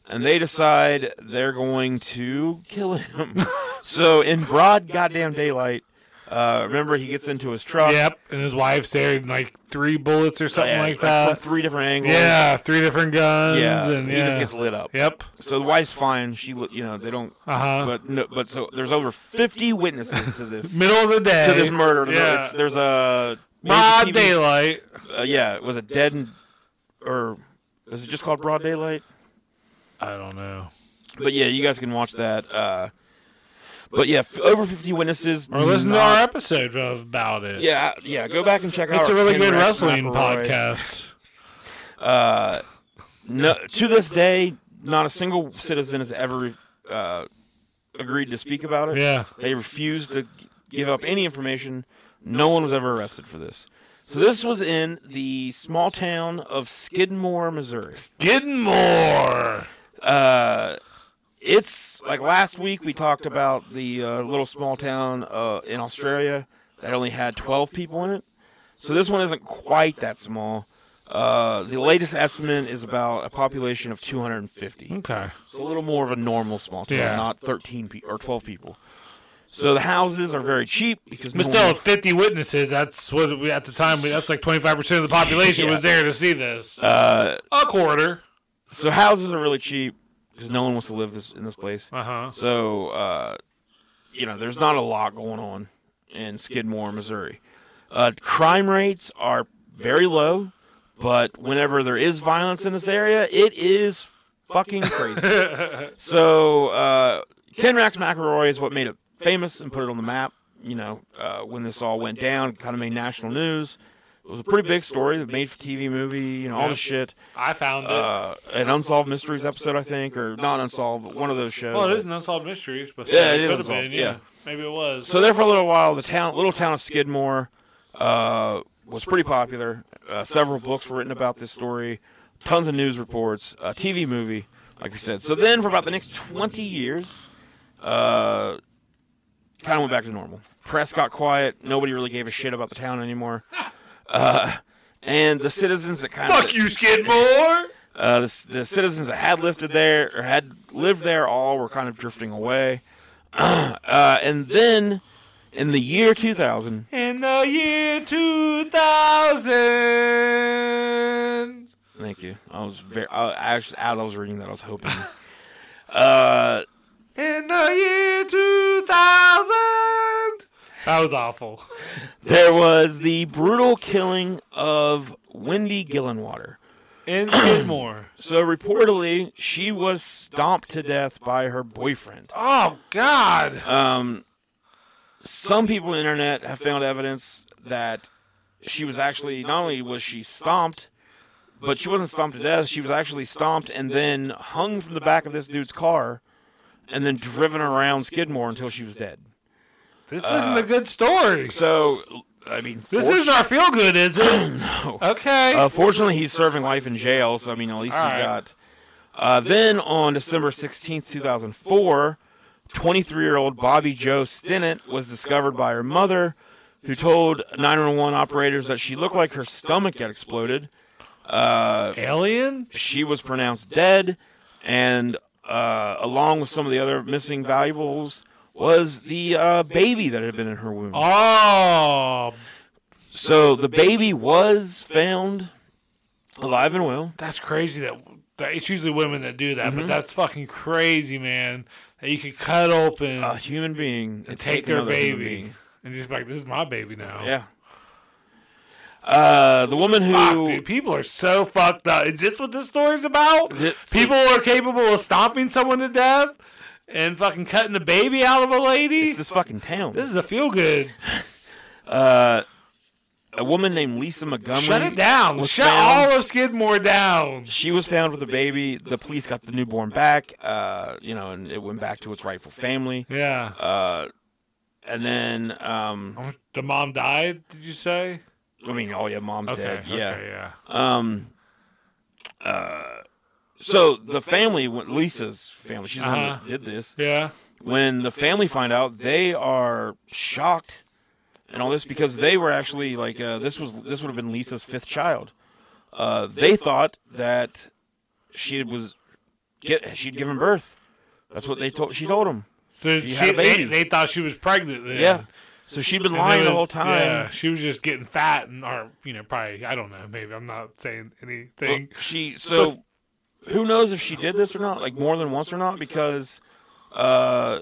A: And they decide <laughs> they're going to kill him. so in broad goddamn daylight, Uh, remember, he gets into his truck.
C: Yep, and his wife's there, and, like three bullets or something
A: Yeah,
C: like
A: From
C: that.
A: three different angles.
C: yeah, three different guns.
A: Yeah,
C: and
A: he
C: yeah.
A: just gets lit up.
C: Yep.
A: So the wife's fine. She, li- you know, they don't.
C: Uh huh.
A: But no, but so there's over 50 witnesses to
C: <laughs>
A: this
C: Middle of the day
A: to this murder.
C: Yeah.
A: It's, there's a
C: broad
A: TV
C: daylight.
A: uh, yeah, it was a dead and or is it just called broad daylight?
C: I don't know.
A: But yeah, you guys can watch that. Uh, but yeah, f- over fifty witnesses.
C: Or listen to
A: not-
C: our episode of, about it.
A: Yeah, uh, yeah. Go back and check out.
C: It's a
A: our
C: really good
A: Henry
C: wrestling
A: McElroy.
C: <laughs> podcast.
A: Uh, no, to this day, not a single citizen has ever uh, agreed to speak about it.
C: Yeah.
A: They refused to g- give up any information. No one was ever arrested for this. So this was in the small town of Skidmore, Missouri.
C: Getting more.
A: uh, it's like last week we talked about the uh, little small town uh, in Australia that only had 12 people in it. So this one isn't quite that small. Uh, the latest estimate is about a population of 250.
C: Okay.
A: So a little more of a normal small town,
C: Yeah.
A: not 13 pe- or 12 people. So the houses are very cheap because no
C: But still,
A: one-
C: 50 witnesses. That's what we, at the time, we, that's like 25% of the population <laughs>
A: Yeah.
C: was there to see this.
A: uh,
C: a quarter.
A: so houses are really cheap because no one wants to live this in this place.
C: Uh huh.
A: So, uh, you know, there's not a lot going on in Skidmore, Missouri. Uh, crime rates are very low, but whenever there is violence in this area, it is fucking
C: <laughs>
A: crazy. so, uh, Kenrax McElroy is what made it famous and put it on the map. You know, uh, when this all went down, kind of made national news. It was a pretty big story, the made for TV movie, you know, all this shit.
C: I found it.
A: Uh, an Unsolved Mysteries episode, I think, or not Unsolved, but one of those shows.
C: well, it is an unsolved mysteries, but
A: Yeah, it
C: it
A: is
C: could have been.
A: unsolved,
C: Yeah.
A: yeah.
C: maybe it was.
A: So there for a little while, the town, little town of Skidmore, uh, was pretty popular. Uh, several books were written about this story, tons of news reports, a TV movie, like I said. So then, for about the next 20 years, uh, kind of went back to normal. Press got quiet. Nobody really gave a shit about the town anymore. Uh, and the citizens that kind of
E: Fuck you, Skidmore.
A: uh, the, the citizens that had lived there or had lived there all were kind of drifting away. <clears throat> uh, and then in the year 2000,
C: in the year 2000.
A: thank you. I was very I, I actually as I was reading that I was hoping. uh,
C: In the year 2000. That
A: <coughs>
C: was awful.
A: there was the brutal killing of Wendy Gillenwater.
C: In Skidmore.
A: So reportedly, she was stomped to death by her boyfriend.
C: Oh, God.
A: Um, some people on the internet have found evidence that she was actually not only was she stomped, but she wasn't stomped to death. She was actually stomped and then hung from the back of this dude's car, and then driven around Skidmore until she was dead.
C: This
A: Uh,
C: isn't a good story.
A: So, I mean,
C: This isn't our feel good, is it?
A: <clears throat> no.
C: Okay.
A: Uh, fortunately, he's serving life in jail, so I mean, at least he
C: right.
A: got. Uh, then on December 16th, 2004, 23 year old Bobby Joe Stinnett was discovered by her mother, who told 911 operators that she looked like her stomach had exploded.
C: Alien?
A: She was pronounced dead, and uh, along with some of the other missing valuables, was the uh, baby that had been in her womb.
C: Oh,
A: So the baby was found alive and well.
C: that's crazy that, that it's usually women that do that,
A: Mm-hmm.
C: but that's fucking crazy, man. That you could cut open
A: a human being and
C: and take their
A: Uh, another human
C: baby
A: being.
C: and just be like, this is my baby now.
A: Yeah. Uh, the woman who
C: Fuck, dude, people are so fucked up. Is this what this story's about?
A: This-
C: people are capable of stomping someone to death and fucking cutting the baby out of a lady?
A: it's this fucking town.
C: this is a feel good.
A: a woman named Lisa Montgomery.
C: Shut it down.
A: was
C: Shut
A: found-
C: all of Skidmore down.
A: She was found with a baby. The police got the newborn back. Uh, you know, and it went back to its rightful family.
C: Yeah.
A: Uh, and then um,
C: Oh. the mom died, did you say?
A: I mean, oh yeah, mom's
C: Okay.
A: dead.
C: Okay,
A: yeah.
C: yeah.
A: Um. Uh. So the family, when- Lisa's family, she's the one
C: Uh-huh.
A: that did this.
C: Yeah.
A: when the family find out, they are shocked and all this because they were actually like uh, this was this would have been Lisa's fifth child. Uh, they thought that she was get she'd given birth. That's what they told. She told them.
C: So
A: She
C: she
A: had a
C: they,
A: baby.
C: they thought she was pregnant then.
A: Yeah. So she'd been
C: And it
A: lying the
C: was-
A: whole time.
C: Yeah, she was just getting fat and, or you know, probably I don't know. Maybe I'm not saying anything.
A: She so who knows if she did this or not, like more than once or not, because uh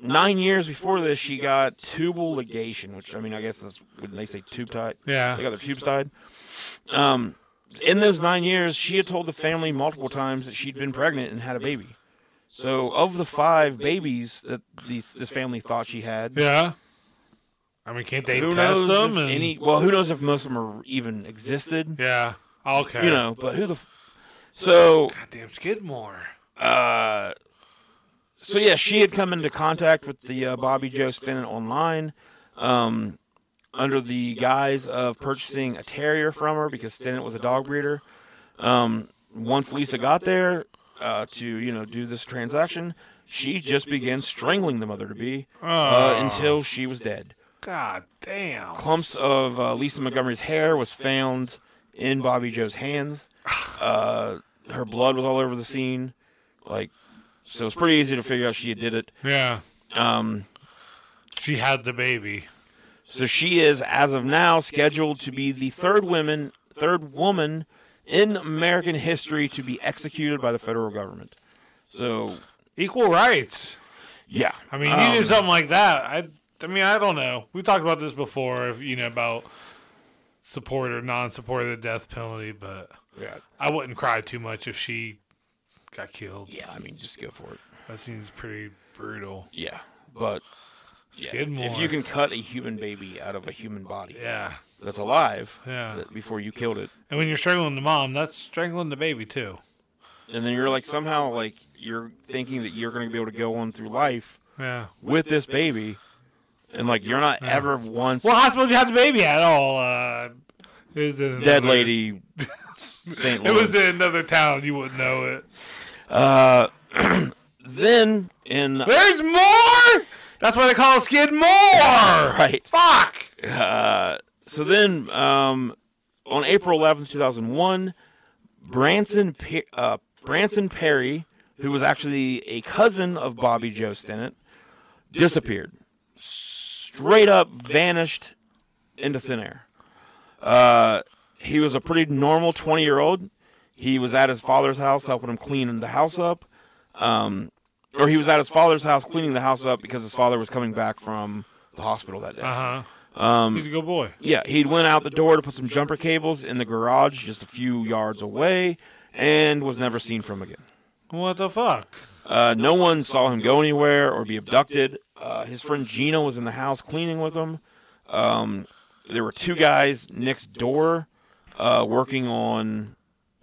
A: nine years before this she got tubal ligation, which I mean I guess that's when they say tube tied.
C: Yeah.
A: They got their tubes tied. Um in those nine years she had told the family multiple times that she'd been pregnant and had a baby. So of the five babies that these this family thought she had,
C: yeah. I mean, can't they
A: who
C: test
A: knows
C: them?
A: if
C: and,
A: any well, who knows if most of them are even existed.
C: yeah. Okay.
A: You know, but who the f- so
C: Goddamn Skidmore.
A: Uh, so yeah, she had come into contact with the uh, Bobby Joe Stanton online um, under the guise of purchasing a terrier from her because Stanton was a dog breeder. Um, once Lisa got there uh, to you know do this transaction, she just began strangling the mother to be uh, until she was dead.
C: God damn.
A: Clumps of uh, Lisa Montgomery's hair was found in Bobby Joe's
C: <sighs>
A: hands. Uh, her blood was all over the scene, like so. It was pretty easy to figure out she did it.
C: Yeah.
A: Um,
C: She had the baby.
A: so she is, as of now, scheduled to be the third woman, third woman in American history to be executed by the federal government. So
C: Equal rights.
A: yeah, Um,
C: I mean,
A: Oh.
C: you do something like that. I. I mean, I don't know. We talked about this before, if you know about support or non-support of the death penalty, but
A: yeah,
C: I wouldn't cry too much if she got killed.
A: yeah. I mean, just go for it.
C: That seems pretty brutal.
A: Yeah, but yeah,
C: Skidmore.
A: if you can cut a human baby out of a human body,
C: Yeah.
A: that's alive
C: Yeah.
A: that- before you killed it.
C: And when you're strangling the mom, that's strangling the baby too.
A: And then you're like, somehow, like, you're thinking that you're going to be able to go on through life
C: Yeah.
A: with this baby. And, like, you're not ever once
C: Well, hospital did you have the baby at all? Uh, it was in
A: dead <laughs>
C: another-
A: lady St.
C: It
A: Louis.
C: was in another town. You wouldn't know it.
A: then, in.
C: There's more. That's why they call it
A: <laughs>
C: Skidmore.
A: Right.
C: Fuck.
A: So then, um, on April 11th, 2001, Branson, Pe- uh, Branson Perry, who was actually a cousin of Bobby Joe Stennett, disappeared. Straight up vanished into thin air. Uh, he was a pretty normal 20 year old. He was at his father's house helping him clean the house up. Um, or he was at his father's house cleaning the house up because his father was coming back from the hospital that day.
C: Uh huh.
A: Um,
C: He's a good boy.
A: Yeah, he'd went out the door to put some jumper cables in the garage just a few yards away and was never seen from again.
C: What the fuck?
A: Uh, no one saw him go anywhere or be abducted. Uh, his friend Gino was in the house cleaning with him. Um, there were two guys next door uh, working on,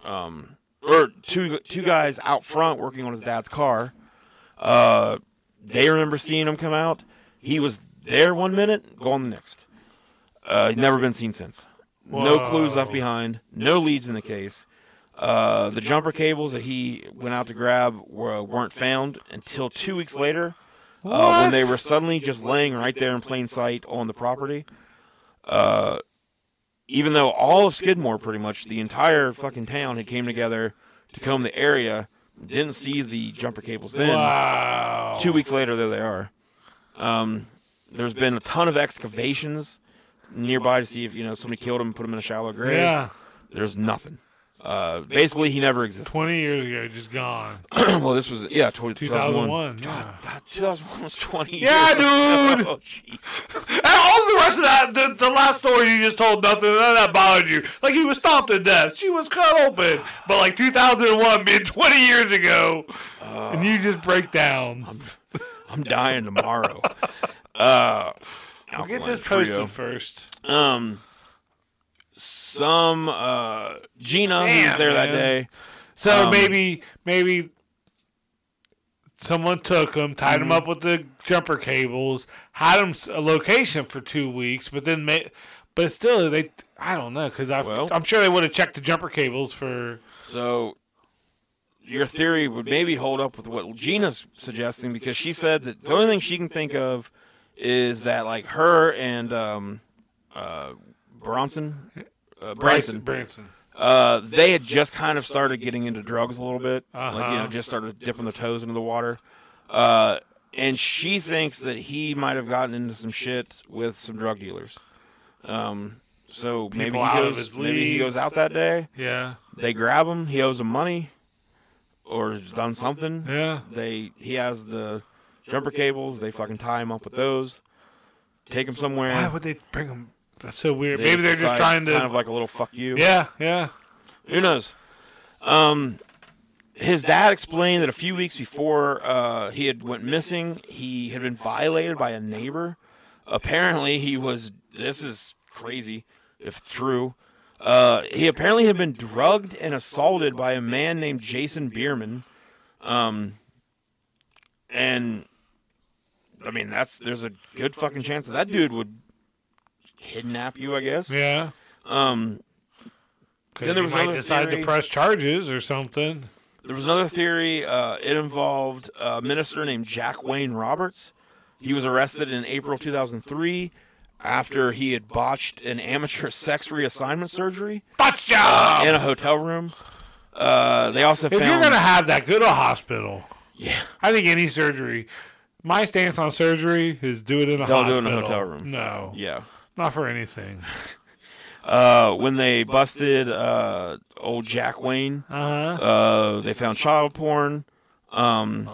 A: um, or two two guys out front working on his dad's car. Uh, they remember seeing him come out. He was there one minute, gone the next. Uh, he'd never been seen since. No clues left behind. No leads in the case. Uh, the jumper cables that he went out to grab were, weren't found until two weeks later uh, when they were suddenly just laying right there in plain sight on the property. Uh, even though all of Skidmore, pretty much the entire fucking town, had came together to comb the area, didn't see the jumper cables then.
C: Wow.
A: Two weeks later, there they are. Um, there's been a ton of excavations nearby to see if you know somebody killed him and put him in a shallow grave.
C: Yeah.
A: There's nothing. Uh, basically, he never existed. <clears throat>
C: Twenty years ago, just gone.
A: well, this was yeah, tw- 2001.
C: 2001. Yeah.
A: God, 2001 was 20
C: Yeah,
A: years. <laughs>
C: dude.
A: Oh, Jesus.
C: And all the rest of that, the, the last story you just told, nothing none of that bothered you. Like he was stomped to death, she was cut open, but like <laughs> 2001 being 20 years ago, and you just break down.
A: Uh, I'm dying tomorrow. uh,
C: I'll get
A: Alkaline
C: this
A: Trio.
C: posted first.
A: Um, some uh, Gina who was
C: Damn,
A: there that
C: man.
A: day.
C: So
A: Um,
C: maybe maybe someone took him, tied
A: Mm-hmm.
C: him up with the jumper cables, had him s- a location for two weeks, but then ma- but still they I don't know because
A: Well-
C: I'm sure they would have checked the jumper cables for
A: So your theory would maybe hold up with what Gina's suggesting because she said that the only thing she can think of is that like her and um, uh, Bronson, uh, Branson,
C: Branson.
A: uh, they had just kind of started getting into drugs a little bit, like
C: Uh-huh.
A: you know, just started dipping their toes into the water. Uh, and she thinks that he might have gotten into some shit with some drug dealers. Um, so maybe
C: People
A: he
C: out of
A: goes
C: his
A: maybe he
C: league.
A: goes out that day.
C: Yeah.
A: They grab him. He owes them money, or has done something.
C: Yeah.
A: They he has the jumper cables. They fucking tie him up with those. Take him somewhere.
C: Why would they bring him? That's so weird.
A: They
C: Maybe they're just
A: decide
C: trying to.
A: kind of like a little fuck you.
C: yeah, yeah.
A: Who knows? Um, his dad explained that a few weeks before uh, he had went missing, he had been violated by a neighbor. Apparently, he was. This is crazy, if true. Uh, he apparently had been drugged and assaulted by a man named Jason Bierman. Um, and I mean, that's there's a good fucking chance that that dude would kidnap you. I guess.
C: Yeah.
A: Um,
C: Because
A: Then there was
C: might
A: another
C: decide
A: theory.
C: to press charges or something.
A: There was another theory. Uh, it involved a minister named Jack Wayne Roberts. He was arrested in April 2003 after he had botched an amateur sex reassignment surgery
C: Botch job!
A: in a hotel room. Uh, they also
C: If
A: found
C: you're gonna have that, go to a hospital.
A: yeah,
C: I think any surgery. My stance on surgery is do it in a
A: Don't do it in
C: hospital.
A: a hotel room.
C: No,
A: yeah.
C: not for anything.
A: Uh, when they busted uh, old Jack Wayne,
C: Uh huh.
A: uh, they found child porn. Um,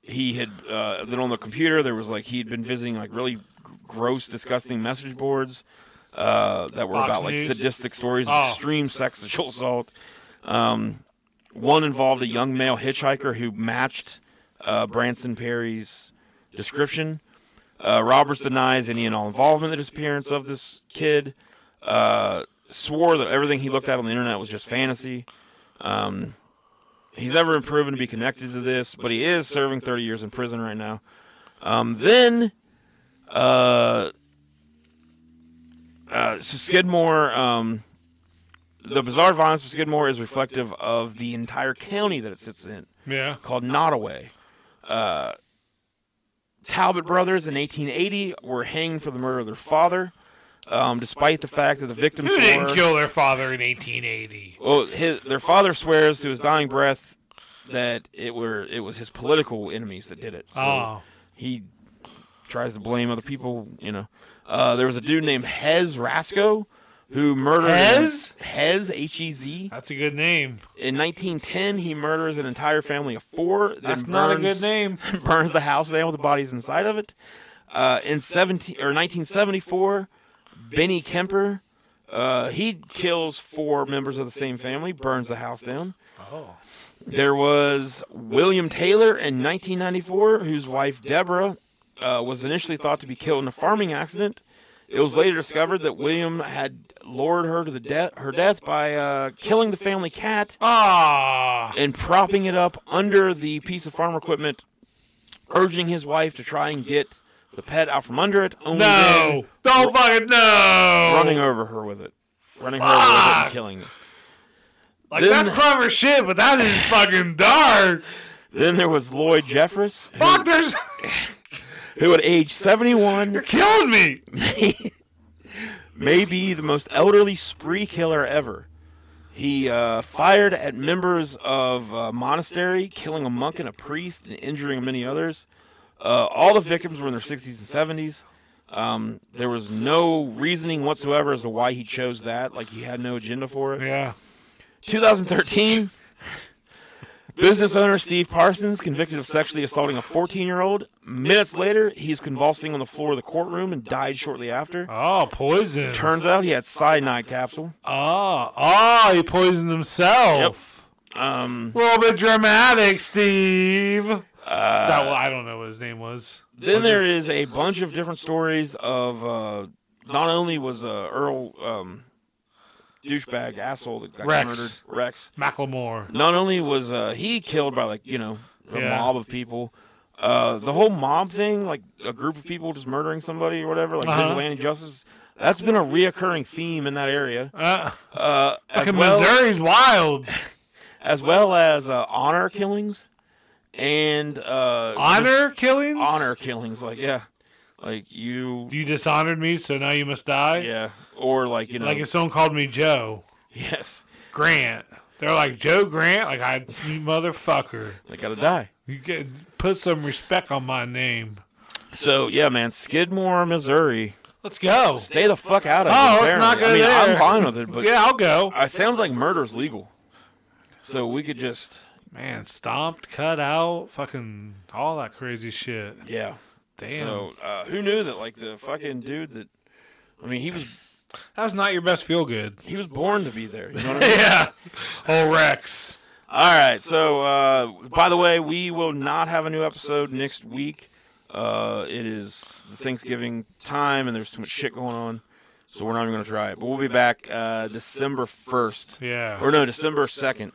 A: He had uh, then on the computer there was like he had been visiting like really g- gross, disgusting message boards uh, that were
C: Fox
A: about like
C: News.
A: sadistic stories of
C: Oh.
A: extreme sexual <laughs> assault. Um, one involved a young male hitchhiker who matched uh, Branson Perry's description. Uh, Roberts denies any and all involvement in the disappearance of this kid. Uh, swore that everything he looked at on the internet was just fantasy. Um, he's never been proven to be connected to this, but he is serving 30 years in prison right now. Um, then, uh, uh, so Skidmore, um, the bizarre violence of Skidmore is reflective of the entire county that it sits in
C: Yeah.
A: called Nottoway. Uh, Talbot brothers in 1880 were hanged for the murder of their father, um, despite the fact that the victims
C: Who
A: were
C: didn't kill their father in 1880?
A: well, his, their father swears to his dying breath that it were it was his political enemies that did it. So
C: oh,
A: he tries to blame other people. You know, uh, there was a dude named Hez Rasco who murdered
C: Hez?
A: Hez H E Z
C: that's a good name.
A: in 1910. He murders an entire family of four. then
C: That's not a
A: burns-
C: good name.
A: <laughs> burns the house down with the bodies inside of it. Uh, in 17 or 1974, Benny Kemper, uh, he kills four members of the same family, burns the house down.
C: Oh.
A: There was William Taylor in 1994, whose wife Deborah uh, was initially thought to be killed in a farming accident. It was later discovered that William had lured her to the de- her death by uh, killing the family cat
C: Ah.
A: and propping it up under the piece of farm equipment, urging his wife to try and get the pet out from under it. Only then
C: No. Don't fucking no.
A: running over her with it, running her over with it and
C: Fuck.
A: killing her.
C: Like
A: Then-
C: that's clever shit, but that is fucking dark.
A: Then there was Lloyd Jeffress,
C: Fuck, there's
A: who at age 71
C: killing
A: <laughs>
C: me.
A: may be the most elderly spree killer ever. He uh, fired at members of a monastery, killing a monk and a priest, and injuring many others. Uh, all the victims were in their 60s and 70s. Um, there was no reasoning whatsoever as to why he chose that. Like, he had no agenda for it.
C: Yeah.
A: 2013, business owner Steve Parsons convicted of sexually assaulting a 14 year old. Minutes later, he's convulsing on the floor of the courtroom and died shortly after.
C: Oh, poison.
A: Turns out he had cyanide capsule.
C: Oh, oh, he poisoned himself.
A: Um,
C: A little bit dramatic, Steve. that I don't know what his name was.
A: uh, then there is a bunch of different stories of uh, not only was uh, Earl um, douchebag asshole that got
C: Rex.
A: murdered, Rex.
C: Macklemore.
A: Not only was uh, he killed by like you know a
C: Yeah.
A: mob of people, uh, the whole mob thing, like a group of people just murdering somebody or whatever, like
C: Uh-huh.
A: vigilante justice. That's been a reoccurring theme in that area,
C: Uh,
A: uh, as
C: fucking
A: well <laughs>
C: Missouri's wild.
A: as well as uh, honor killings and uh,
C: Honor killings.
A: honor killings. Like, yeah, like you,
C: You dishonored me, so now you must die.
A: yeah, or like you know,
C: Like if someone called me Joe
A: yes,
C: Grant, they're like Joe Grant. Like I, you motherfucker.
A: they gotta die.
C: You get, put some respect on my name.
A: So yeah, man, Skidmore, Missouri.
C: Let's go.
A: Stay the fuck out of it.
C: Oh, let's
A: apparently.
C: not go
A: I mean, I'm
C: there.
A: fine with it, but
C: <laughs> Yeah, I'll go.
A: it sounds like murder's legal. So we could just
C: Man, stomped, cut out, fucking all that crazy shit.
A: yeah.
C: Damn.
A: So uh, who knew that? Like the fucking dude that. I mean, he was
C: that was not your best feel good.
A: he was born to be there. You know <laughs> what I mean?
C: <laughs> Yeah. Oh, Rex.
A: All right. So uh, by the way, we will not have a new episode next week. Uh, it is the Thanksgiving time, and there's too much shit going on, so we're not even going to try it. But we'll be back uh, December first,
C: Yeah.
A: or no, December second.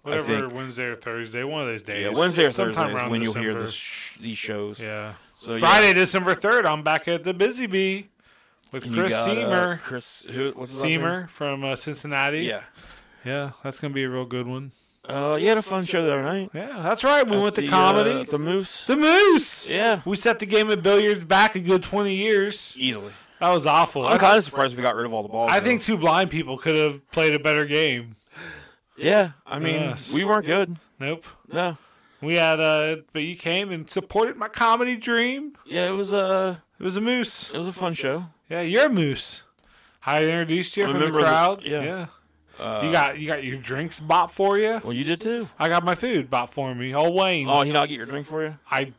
C: Whatever,
A: think-
C: Wednesday or Thursday, one of those days.
A: Yeah, Wednesday or
C: Sometime
A: Thursday is
C: around
A: when you'll hear
C: December.
A: this sh- these shows.
C: Yeah.
A: So
C: Friday, December 3rd, I'm back at the Busy Bee with
A: yeah, you
C: Chris
A: got, uh,
C: Seamer.
A: Chris, who, what's his last name?
C: Seamer from uh, Cincinnati.
A: Yeah.
C: Yeah, that's going to be a real good one.
A: Uh, you had a fun show the other night.
C: Yeah, that's right. We went to
A: The, uh,
C: comedy.
A: the Moose.
C: the Moose.
A: Yeah.
C: We set the game of billiards back a good 20 years.
A: Easily.
C: That was awful.
A: I'm
C: I,
A: kind of surprised we got rid of all the balls.
C: I
A: though.
C: think two blind people could have played a better game.
A: Yeah. I mean,
C: Yes.
A: we weren't good.
C: Nope.
A: No.
C: We had, uh, but you came and supported my comedy dream.
A: Yeah, it was a
C: It was a moose.
A: it was a fun show.
C: Yeah, you're a moose. I introduced you
A: I
C: from the
A: remember the-
C: crowd.
A: yeah. Uh,
C: you got you got your drinks bought for you.
A: Well, you did too.
C: I got my food bought for me. Oh Wayne,
A: Oh, he not get your drink for you?
C: I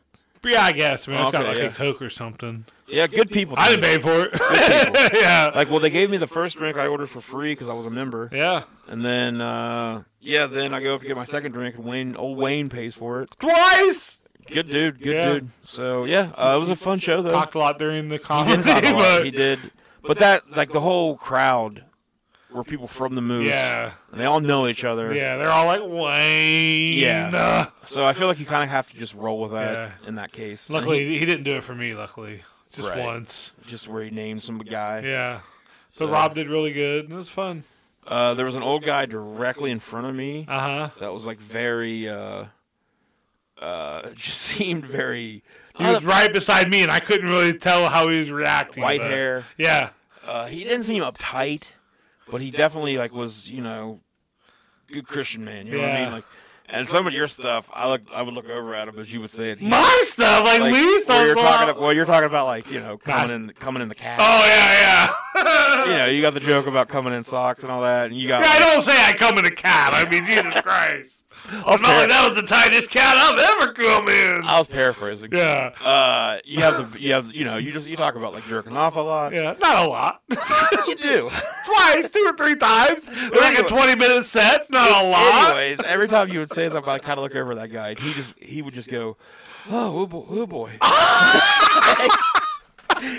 C: yeah, I guess man, it's got
A: Okay,
C: like
A: yeah.
C: a coke or something.
A: Yeah, good people.
C: I
A: too.
C: didn't pay for it. <laughs> yeah,
A: Like, well, they gave me the first drink I ordered for free because I was a member,
C: yeah.
A: and then uh, yeah, then I go up to get my second drink, and Wayne, old Wayne, pays for it.
C: Twice.
A: Good dude, good
C: Yeah.
A: dude. So yeah, uh, it was a fun show though.
C: Talked a lot during
A: <laughs>
C: the
A: He
C: comedy,
A: did talk a lot.
C: <laughs> but
A: He did. But that, like, the whole crowd were people from the moves.
C: yeah,
A: And they all know each other.
C: yeah. They're all like Wayne.
A: Yeah.
C: Uh,
A: So I feel like you kind of have to just roll with that
C: Yeah.
A: in that case.
C: luckily, he, didn't do it for me. Luckily, just
A: Right.
C: once.
A: Just where he named some guy.
C: Yeah. So, Rob did really good. It was fun.
A: Uh, there was an old guy directly in front of me
C: Uh huh.
A: that was, like, very, uh, uh, <laughs> just seemed very
C: He was right beside me, and I couldn't really tell how he was reacting.
A: white
C: but-
A: hair.
C: Yeah.
A: Uh, he didn't seem uptight, but he definitely, like, was, you know, good Christian man. You know what I
C: Yeah.
A: mean? Like, and some of your stuff, I look, I would look over at him as you would say it. He
C: My stuff, like,
A: like,
C: Lee's
A: where
C: stuff's
A: you're
C: a
A: talking
C: lot.
A: about, well, you're talking about like you know coming
C: Nice.
A: in coming in the cat.
C: <laughs> oh yeah, yeah. <laughs>
A: You know, you got the joke about coming in socks and all that, and you got
C: I don't say I come in a cat. I mean,
A: <laughs>
C: Jesus Christ.
A: I was,
C: Not like
A: par-
C: that was the tightest cat I've ever come in.
A: I was paraphrasing.
C: Yeah,
A: Uh, you have
C: <laughs>
A: the you have you know you just you talk about like jerking off a lot.
C: yeah, not a lot.
A: <laughs>
C: <laughs>
A: you do.
C: Twice, two or three times. They're like a
A: Anyway.
C: twenty-minute set's not a lot.
A: Anyways, every time you would say something, I kind of look over at that guy. And he just he would just go, oh, oh boy, oh
C: <laughs>
A: boy.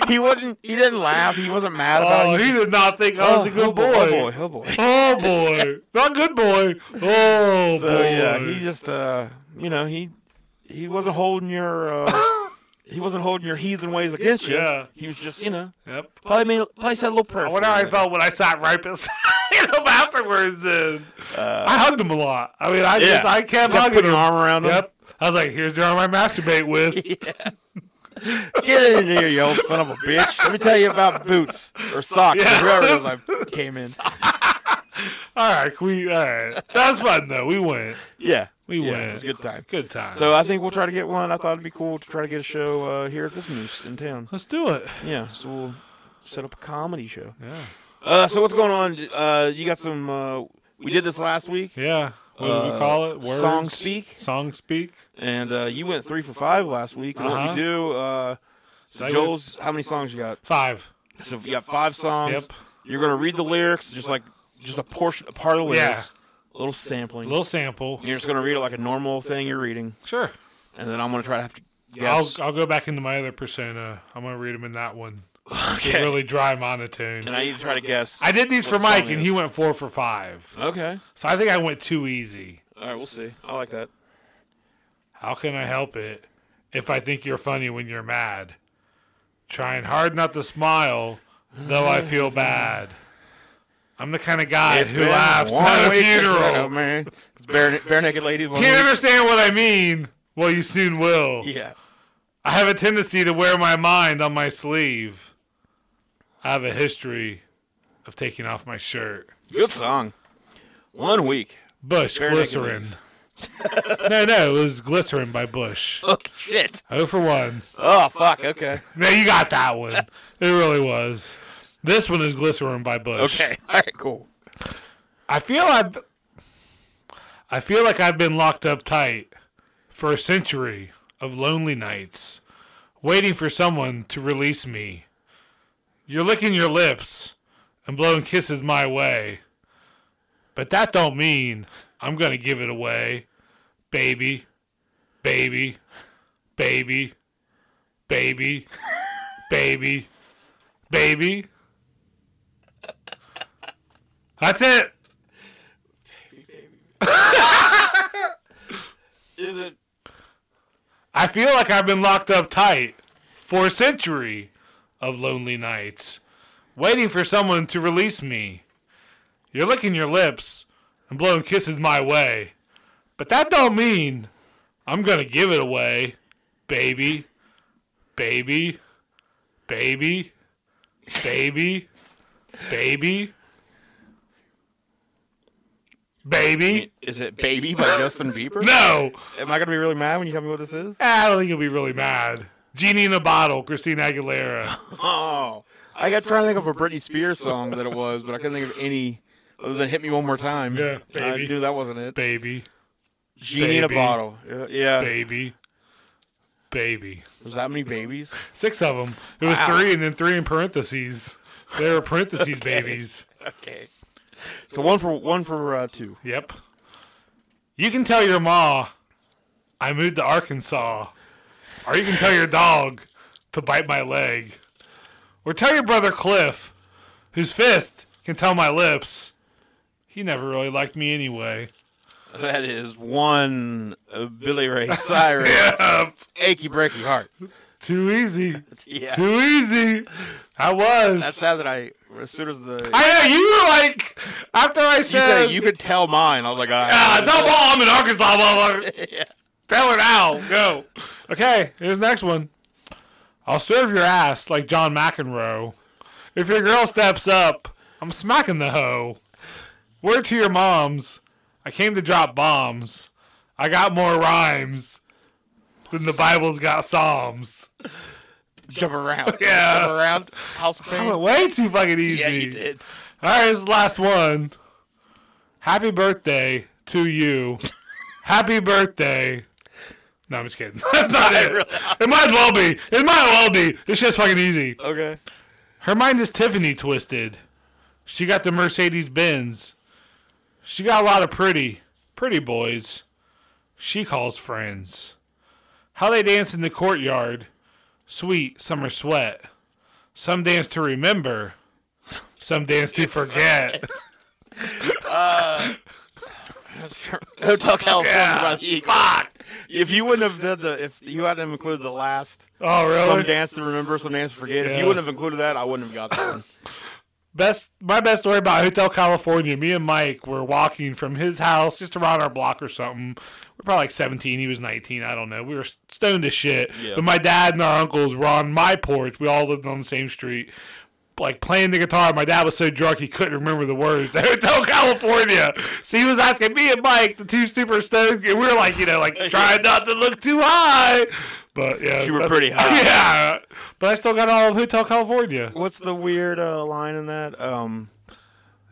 A: he wouldn't. He didn't laugh. He wasn't mad about
C: Oh,
A: it.
C: he did not think I was a
A: "Oh,
C: good
A: oh
C: boy.
A: Oh boy. Oh boy.
C: Oh boy, not good boy. Oh
A: So
C: boy.
A: yeah, he just uh, you know, he he wasn't holding your uh,
C: <laughs>
A: he wasn't holding your heathen ways against you.
C: Yeah.
A: He was just, you know,
C: Yep.
A: probably made, probably said a little prayer.
C: I wonder
A: for
C: how I
A: you.
C: felt when I sat right beside <laughs> him afterwards. And I hugged him a lot. I mean, I just
A: Uh, Yeah.
C: I kept
A: Kept
C: hugging
A: putting
C: him.
A: an arm around him.
C: Yep. I was like, here's the arm I masturbate
A: <laughs>
C: with.
A: Get in here, you old son of a bitch. Let me tell you about boots or socks
C: Yeah.
A: or whoever it is I came in.
C: all right, can we all right. That's fun though. We went.
A: Yeah.
C: We
A: yeah,
C: went.
A: It was a good time.
C: Good time.
A: So I think we'll try to get one. I thought it'd be cool to try to get a show uh, here at this moose in town.
C: let's do it.
A: Yeah, so we'll set up a comedy show.
C: Yeah.
A: Uh, so what's going on? Uh, you got some. Uh, we did this last week.
C: Yeah. What do
A: Uh,
C: we call it? Words.
A: song speak?
C: Song speak.
A: And uh, you went three for five last week. And What
C: Uh-huh.
A: we do, uh, so
C: I
A: Joel's, how many songs you got?
C: Five.
A: So you got five songs.
C: Yep.
A: You're gonna read the lyrics, just like just a portion, a part of the
C: Yeah.
A: lyrics, a little sampling.
C: little sample.
A: You're just gonna read it like a normal thing you're reading,
C: Sure.
A: and then I'm gonna try to have to guess.
C: I'll I'll go back into my other persona. I'm gonna read them in that one.
A: okay.
C: Really dry monotone.
A: <laughs> And I need to try to guess.
C: I did these for
A: What song
C: Mike,
A: it
C: and he
A: is.
C: went four for five.
A: okay.
C: So I think I went too easy.
A: All right. We'll see. I like that.
C: How can I help it if I think you're funny when you're mad? Trying hard not to smile, though
A: <laughs>
C: I feel bad. I'm the kind of guy who laughs at a funeral.
A: man. It's bare, bare naked ladies. one
C: Can't
A: week.
C: understand what I mean? Well, you soon will.
A: Yeah.
C: I have a tendency to wear my mind on my sleeve. I have a history of taking off my shirt.
A: Good song. One week.
C: Bush
A: Bare naked
C: glycerin.
A: ladies.
C: <laughs> no, no, it was Glycerin by Bush.
A: Oh shit.
C: Oh for one.
A: Oh fuck. Okay.
C: No, you got that one. It really was. This one is Glycerin by Bush.
A: Okay. All right. Cool.
C: I feel I've I feel like I've been locked up tight for a century of lonely nights, waiting for someone to release me. You're licking your lips and blowing kisses my way. But that don't mean I'm gonna give it away. Baby, baby, baby, baby, baby, baby. That's it.
A: Is it?
C: I feel like I've been locked up tight for a century of lonely nights, waiting for someone to release me. You're licking your lips and blowing kisses my way, but that don't mean I'm gonna give it away, baby, baby, baby, baby, baby, baby.
A: Is it "Baby" by Justin Bieber?
C: No,
A: Am I gonna be really mad when you tell me what this is?
C: Ah, I don't think you'll be really mad. Genie in a bottle, Christina Aguilera.
A: Oh, I got trying to think of a Britney Spears song that it was, but I couldn't think of any other than "Hit Me One More Time."
C: Yeah, baby.
A: I knew that wasn't it.
C: baby,
A: Genie in a
C: baby.
A: bottle. Yeah, Yeah,
C: baby, baby.
A: there's that many
C: <laughs>
A: babies.
C: Six of them. It was
A: Wow.
C: three, and then three in parentheses. They were parentheses babies.
A: Okay. So one for one for uh, two.
C: Yep. You can tell your ma, I moved to Arkansas, or you can tell your dog to bite my leg, or tell your brother Cliff, whose fist can tell my lips. He never really liked me anyway.
A: That is one uh, Billy Ray
C: <laughs>
A: Cyrus, achy breaky heart.
C: Too easy.
A: Yeah,
C: Too easy. I was.
A: that's sad that I as soon as the
C: I know you were like after I
A: you
C: said,
A: said you could tell mine, I was like,
C: <laughs> Ah,
A: ah,
C: tell mom I'm in Arkansas,
A: <laughs>
C: motherfucker. Tell her now. Go. Okay, here's the next one. I'll serve your ass like John McEnroe. If your girl steps up, I'm smacking the hoe. Word to your moms. I came to drop bombs. I got more rhymes than the Bible's got psalms.
A: jump around,
C: <laughs> Yeah.
A: jump around, house of
C: I
A: pain.
C: went way too fucking easy.
A: Yeah, you did.
C: All right, this is the last one. Happy birthday to you. Happy birthday. No, I'm just kidding. <laughs> That's not it. It might as well be. It might well be. This shit's fucking easy.
A: Okay.
C: Her mind is Tiffany twisted. She got the Mercedes Benz. She got a lot of pretty, pretty boys. She calls friends. How they dance in the courtyard. Sweet summer sweat. Some dance to remember. Some dance to forget.
A: Hotel California by the Eagles. If you wouldn't have did the, if you hadn't included the last
C: Oh,
A: some
C: really?
A: dance to remember, some dance to forget, if
C: Yeah.
A: you wouldn't have included that, I wouldn't have got that one.
C: best my best story about Hotel California. Me and Mike were walking from his house just around our block or something. We're probably like 17. He was 19. I don't know. We were stoned as shit.
A: Yeah.
C: But my dad and our uncles were on my porch. We all lived on the same street. Like playing the guitar, my dad was so drunk he couldn't remember the words. <laughs> to Hotel California. So he was asking me and Mike, the two super stoned, and we were like, you know,
A: <laughs>
C: like trying not to look too high. But <laughs> yeah,
A: You were
C: that's-
A: pretty high.
C: Yeah, but I still got all of Hotel California.
A: <laughs> What's the weird uh, line in that? Um,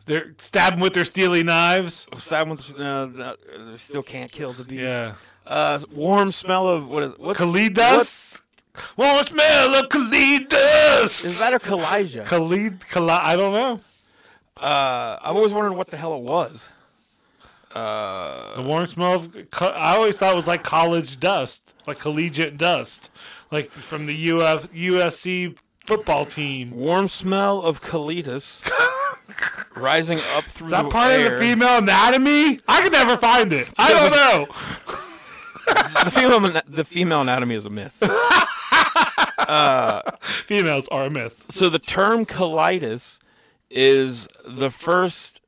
C: They're stabbing with their
A: <laughs>
C: steely knives.
A: Silence no, no, uh, still can't kill the beast.
C: Yeah.
A: Uh, warm smell of what is what's
C: Khalid dust? Won't smell of Khalid dust.
A: Is that a Kalijah?
C: Khalid, Khalid? I don't know.
A: Uh, I've always wondered what the hell it was. Uh.
C: The warm smell of. co- I always thought it was like college dust, like collegiate dust, like from the UF, USC football team.
A: Warm smell of <laughs> Kalitas rising up through
C: Is that part
A: air.
C: of the female anatomy? I could never find it. I don't know.
A: The female, the female anatomy is a myth.
C: Females are a myth.
A: so the term colitis is the first.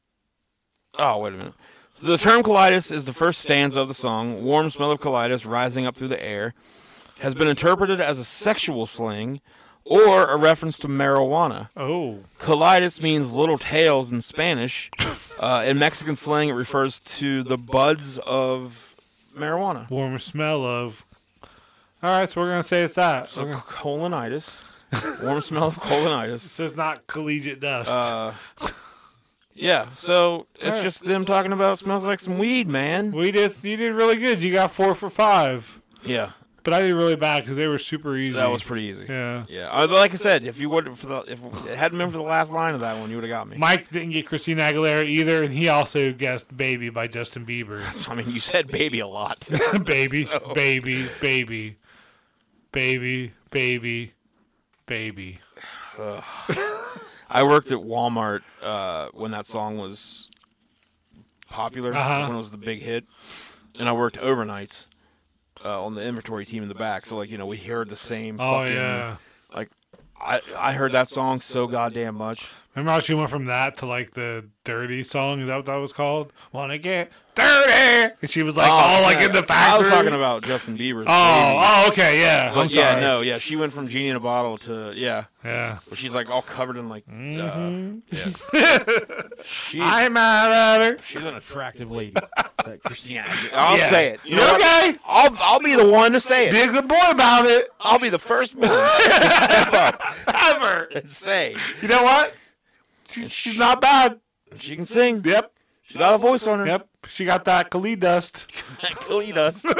A: Oh wait a minute. So the term colitis is the first stanza of the song. Warm smell of colitis rising up through the air has been interpreted as a sexual slang or a reference to marijuana.
C: Oh.
A: Colitis means little tails in Spanish. Uh, in Mexican slang, it refers to the buds of marijuana.
C: Warmer smell of. All right, so we're gonna say it's that.
A: So colonitis, warm smell of colonitis.
C: this is not collegiate dust. <laughs>
A: Uh, yeah, so it's
C: Alright.
A: just them talking about smells like some weed, man.
C: we did. You did really good. You got four for five,
A: Yeah,
C: but I did really bad because they were super easy.
A: that was pretty easy.
C: yeah.
A: Yeah, uh, like I said, if you would for the if it hadn't been for the last line of that one, you would have got me.
C: Mike didn't get Christina Aguilera either, and he also guessed "Baby" by Justin Bieber.
A: <laughs>
C: <laughs>
A: I mean, you said baby a lot.
C: baby, baby, baby, baby, baby, baby.
A: <laughs> I worked at Walmart uh, when that song was popular,
C: Uh-huh.
A: when it was the big hit, and I worked overnights uh, on the inventory team in the back. So like you know, we heard the same.
C: Oh
A: fucking,
C: yeah.
A: Like I I heard that song so goddamn much.
C: Remember how she went from that to like the dirty song? Is that what that was called? Wanna get dirty? And she was like all like in the
A: Oh, I
C: factory.
A: was talking about Justin Bieber's. baby.
C: Oh, oh, okay, yeah. I'm
A: But yeah,
C: sorry.
A: no, yeah. She went from genie in a bottle to yeah.
C: Yeah.
A: where She's like all covered in like.
C: Mm-hmm.
A: Uh, yeah. she,
C: I'm mad at her.
A: she's an attractive
C: <laughs>
A: lady. That Christina. Agu- I'll
C: Yeah.
A: say it. You know what?
C: okay.
A: I'll I'll be the one to say
C: Be
A: it.
C: a good boy about it. <laughs>
A: I'll be the first one to step up
C: Ever.
A: and say
C: You know what? She, she's not bad.
A: she can sing.
C: Yep.
A: She got a voice on her. <laughs>
C: Yep. She got that Khalid dust.
A: Killing us. All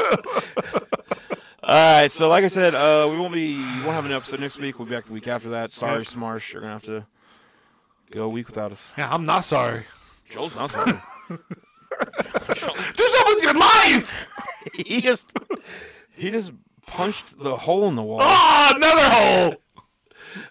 A: right, so like I said, uh, we won't be we won't have an episode next week. We'll be back the week after that. Sorry,
C: Yep.
A: Smarsh, you're gonna have to go a week without us.
C: Yeah, I'm not sorry.
A: Joel's <laughs> not sorry.
C: Do something with your life.
A: he just he just punched the hole in the wall.
C: Ah, another hole.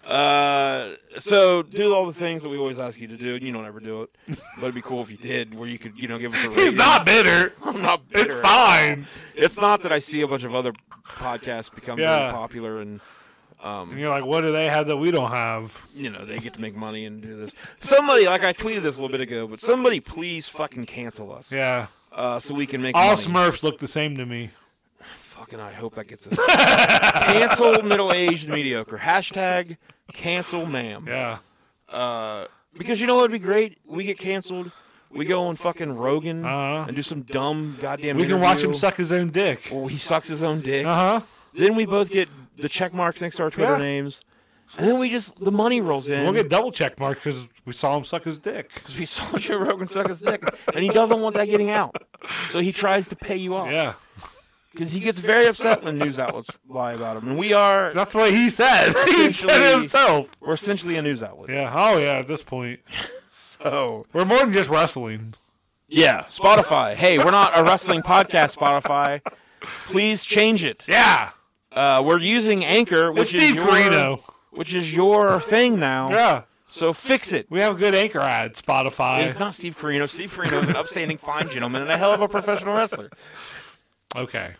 A: Uh, so do all the things that we always ask you to do, and you don't ever do it. But it'd be cool if you did, where you could you know give us a.
C: He's
A: rating.
C: not bitter.
A: I'm not. Bitter
C: It's
A: at
C: fine.
A: it's not that I see a bunch of other podcasts become
C: Yeah.
A: really popular and Um,
C: And you're like, what do they have that we don't have?
A: you know they get to make money and do this. Somebody like I tweeted this a little bit ago, but somebody please fucking cancel us
C: Yeah.
A: uh, so we can make
C: All
A: money.
C: Smurfs look the same to me.
A: Fucking I hope that gets us cancel middle aged mediocre hashtag cancel ma'am
C: Yeah.
A: uh, because you know what would be great we get canceled. We go on fucking Rogan
C: Uh-huh.
A: and do some dumb goddamn.
C: We can watch him
A: interview
C: suck his own dick.
A: where He sucks his own dick.
C: Uh huh.
A: Then we both get the check marks next to our Twitter
C: Yeah.
A: names. And then we just the money rolls in.
C: We'll get double check mark because we saw him suck his dick.
A: <laughs> we saw Joe Rogan suck his dick, and he doesn't want that getting out, so he tries to pay you off
C: Yeah.
A: because he gets very upset when news outlets lie about him. And we are
C: That's what he said. <laughs> he said it
A: Essentially-
C: himself.
A: we're essentially a news outlet.
C: Yeah. Oh, yeah. At this point,
A: So
C: we're more than just wrestling.
A: yeah, Spotify. Hey, we're not a wrestling podcast, Spotify. Please change it.
C: Yeah.
A: Uh, we're using Anchor,
C: It's
A: which is
C: Steve
A: your,
C: Carino.
A: which is your thing now.
C: Yeah.
A: So fix it.
C: We have a good anchor ad,
A: It's
C: Spotify.
A: not Steve Carino. Steve Carino is an upstanding, fine gentleman and a hell of a professional wrestler.
C: Okay.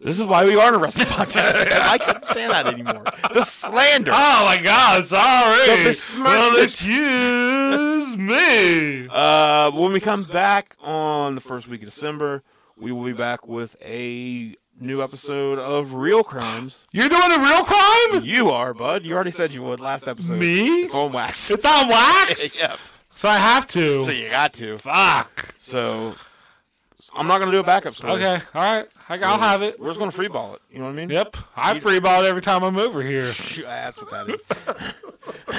A: This is why we are a wrestling podcast. because I couldn't stand that anymore. The slander.
C: Oh my God!
A: The
C: Sorry.
A: besmirched-
C: Well, excuse <laughs> me.
A: Uh, when we come back on the first week of December, we will be back with a new episode of Real Crimes.
C: You're doing a real crime?
A: You are, bud. You already said you would last episode.
C: Me?
A: It's on wax.
C: It's on
A: <laughs>
C: wax,
A: yep.
C: so I have
A: So
C: to.
A: you got to.
C: Fuck.
A: So I'm not gonna do a backup story.
C: Okay. All right. I, I'll have it.
A: We're just gonna freeball it. You know what I mean?
C: Yep. I freeball it every time I'm over here.
A: <laughs> That's what that is.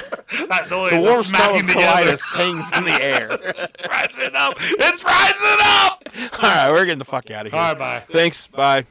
C: <laughs> That noise
A: The
C: is
A: warm smell of
C: smacking together.
A: colitis hangs in the <laughs> air.
C: It's rising up. It's rising up.
A: All right, we're getting the fuck out of here.
C: All right. Bye.
A: Thanks. Bye.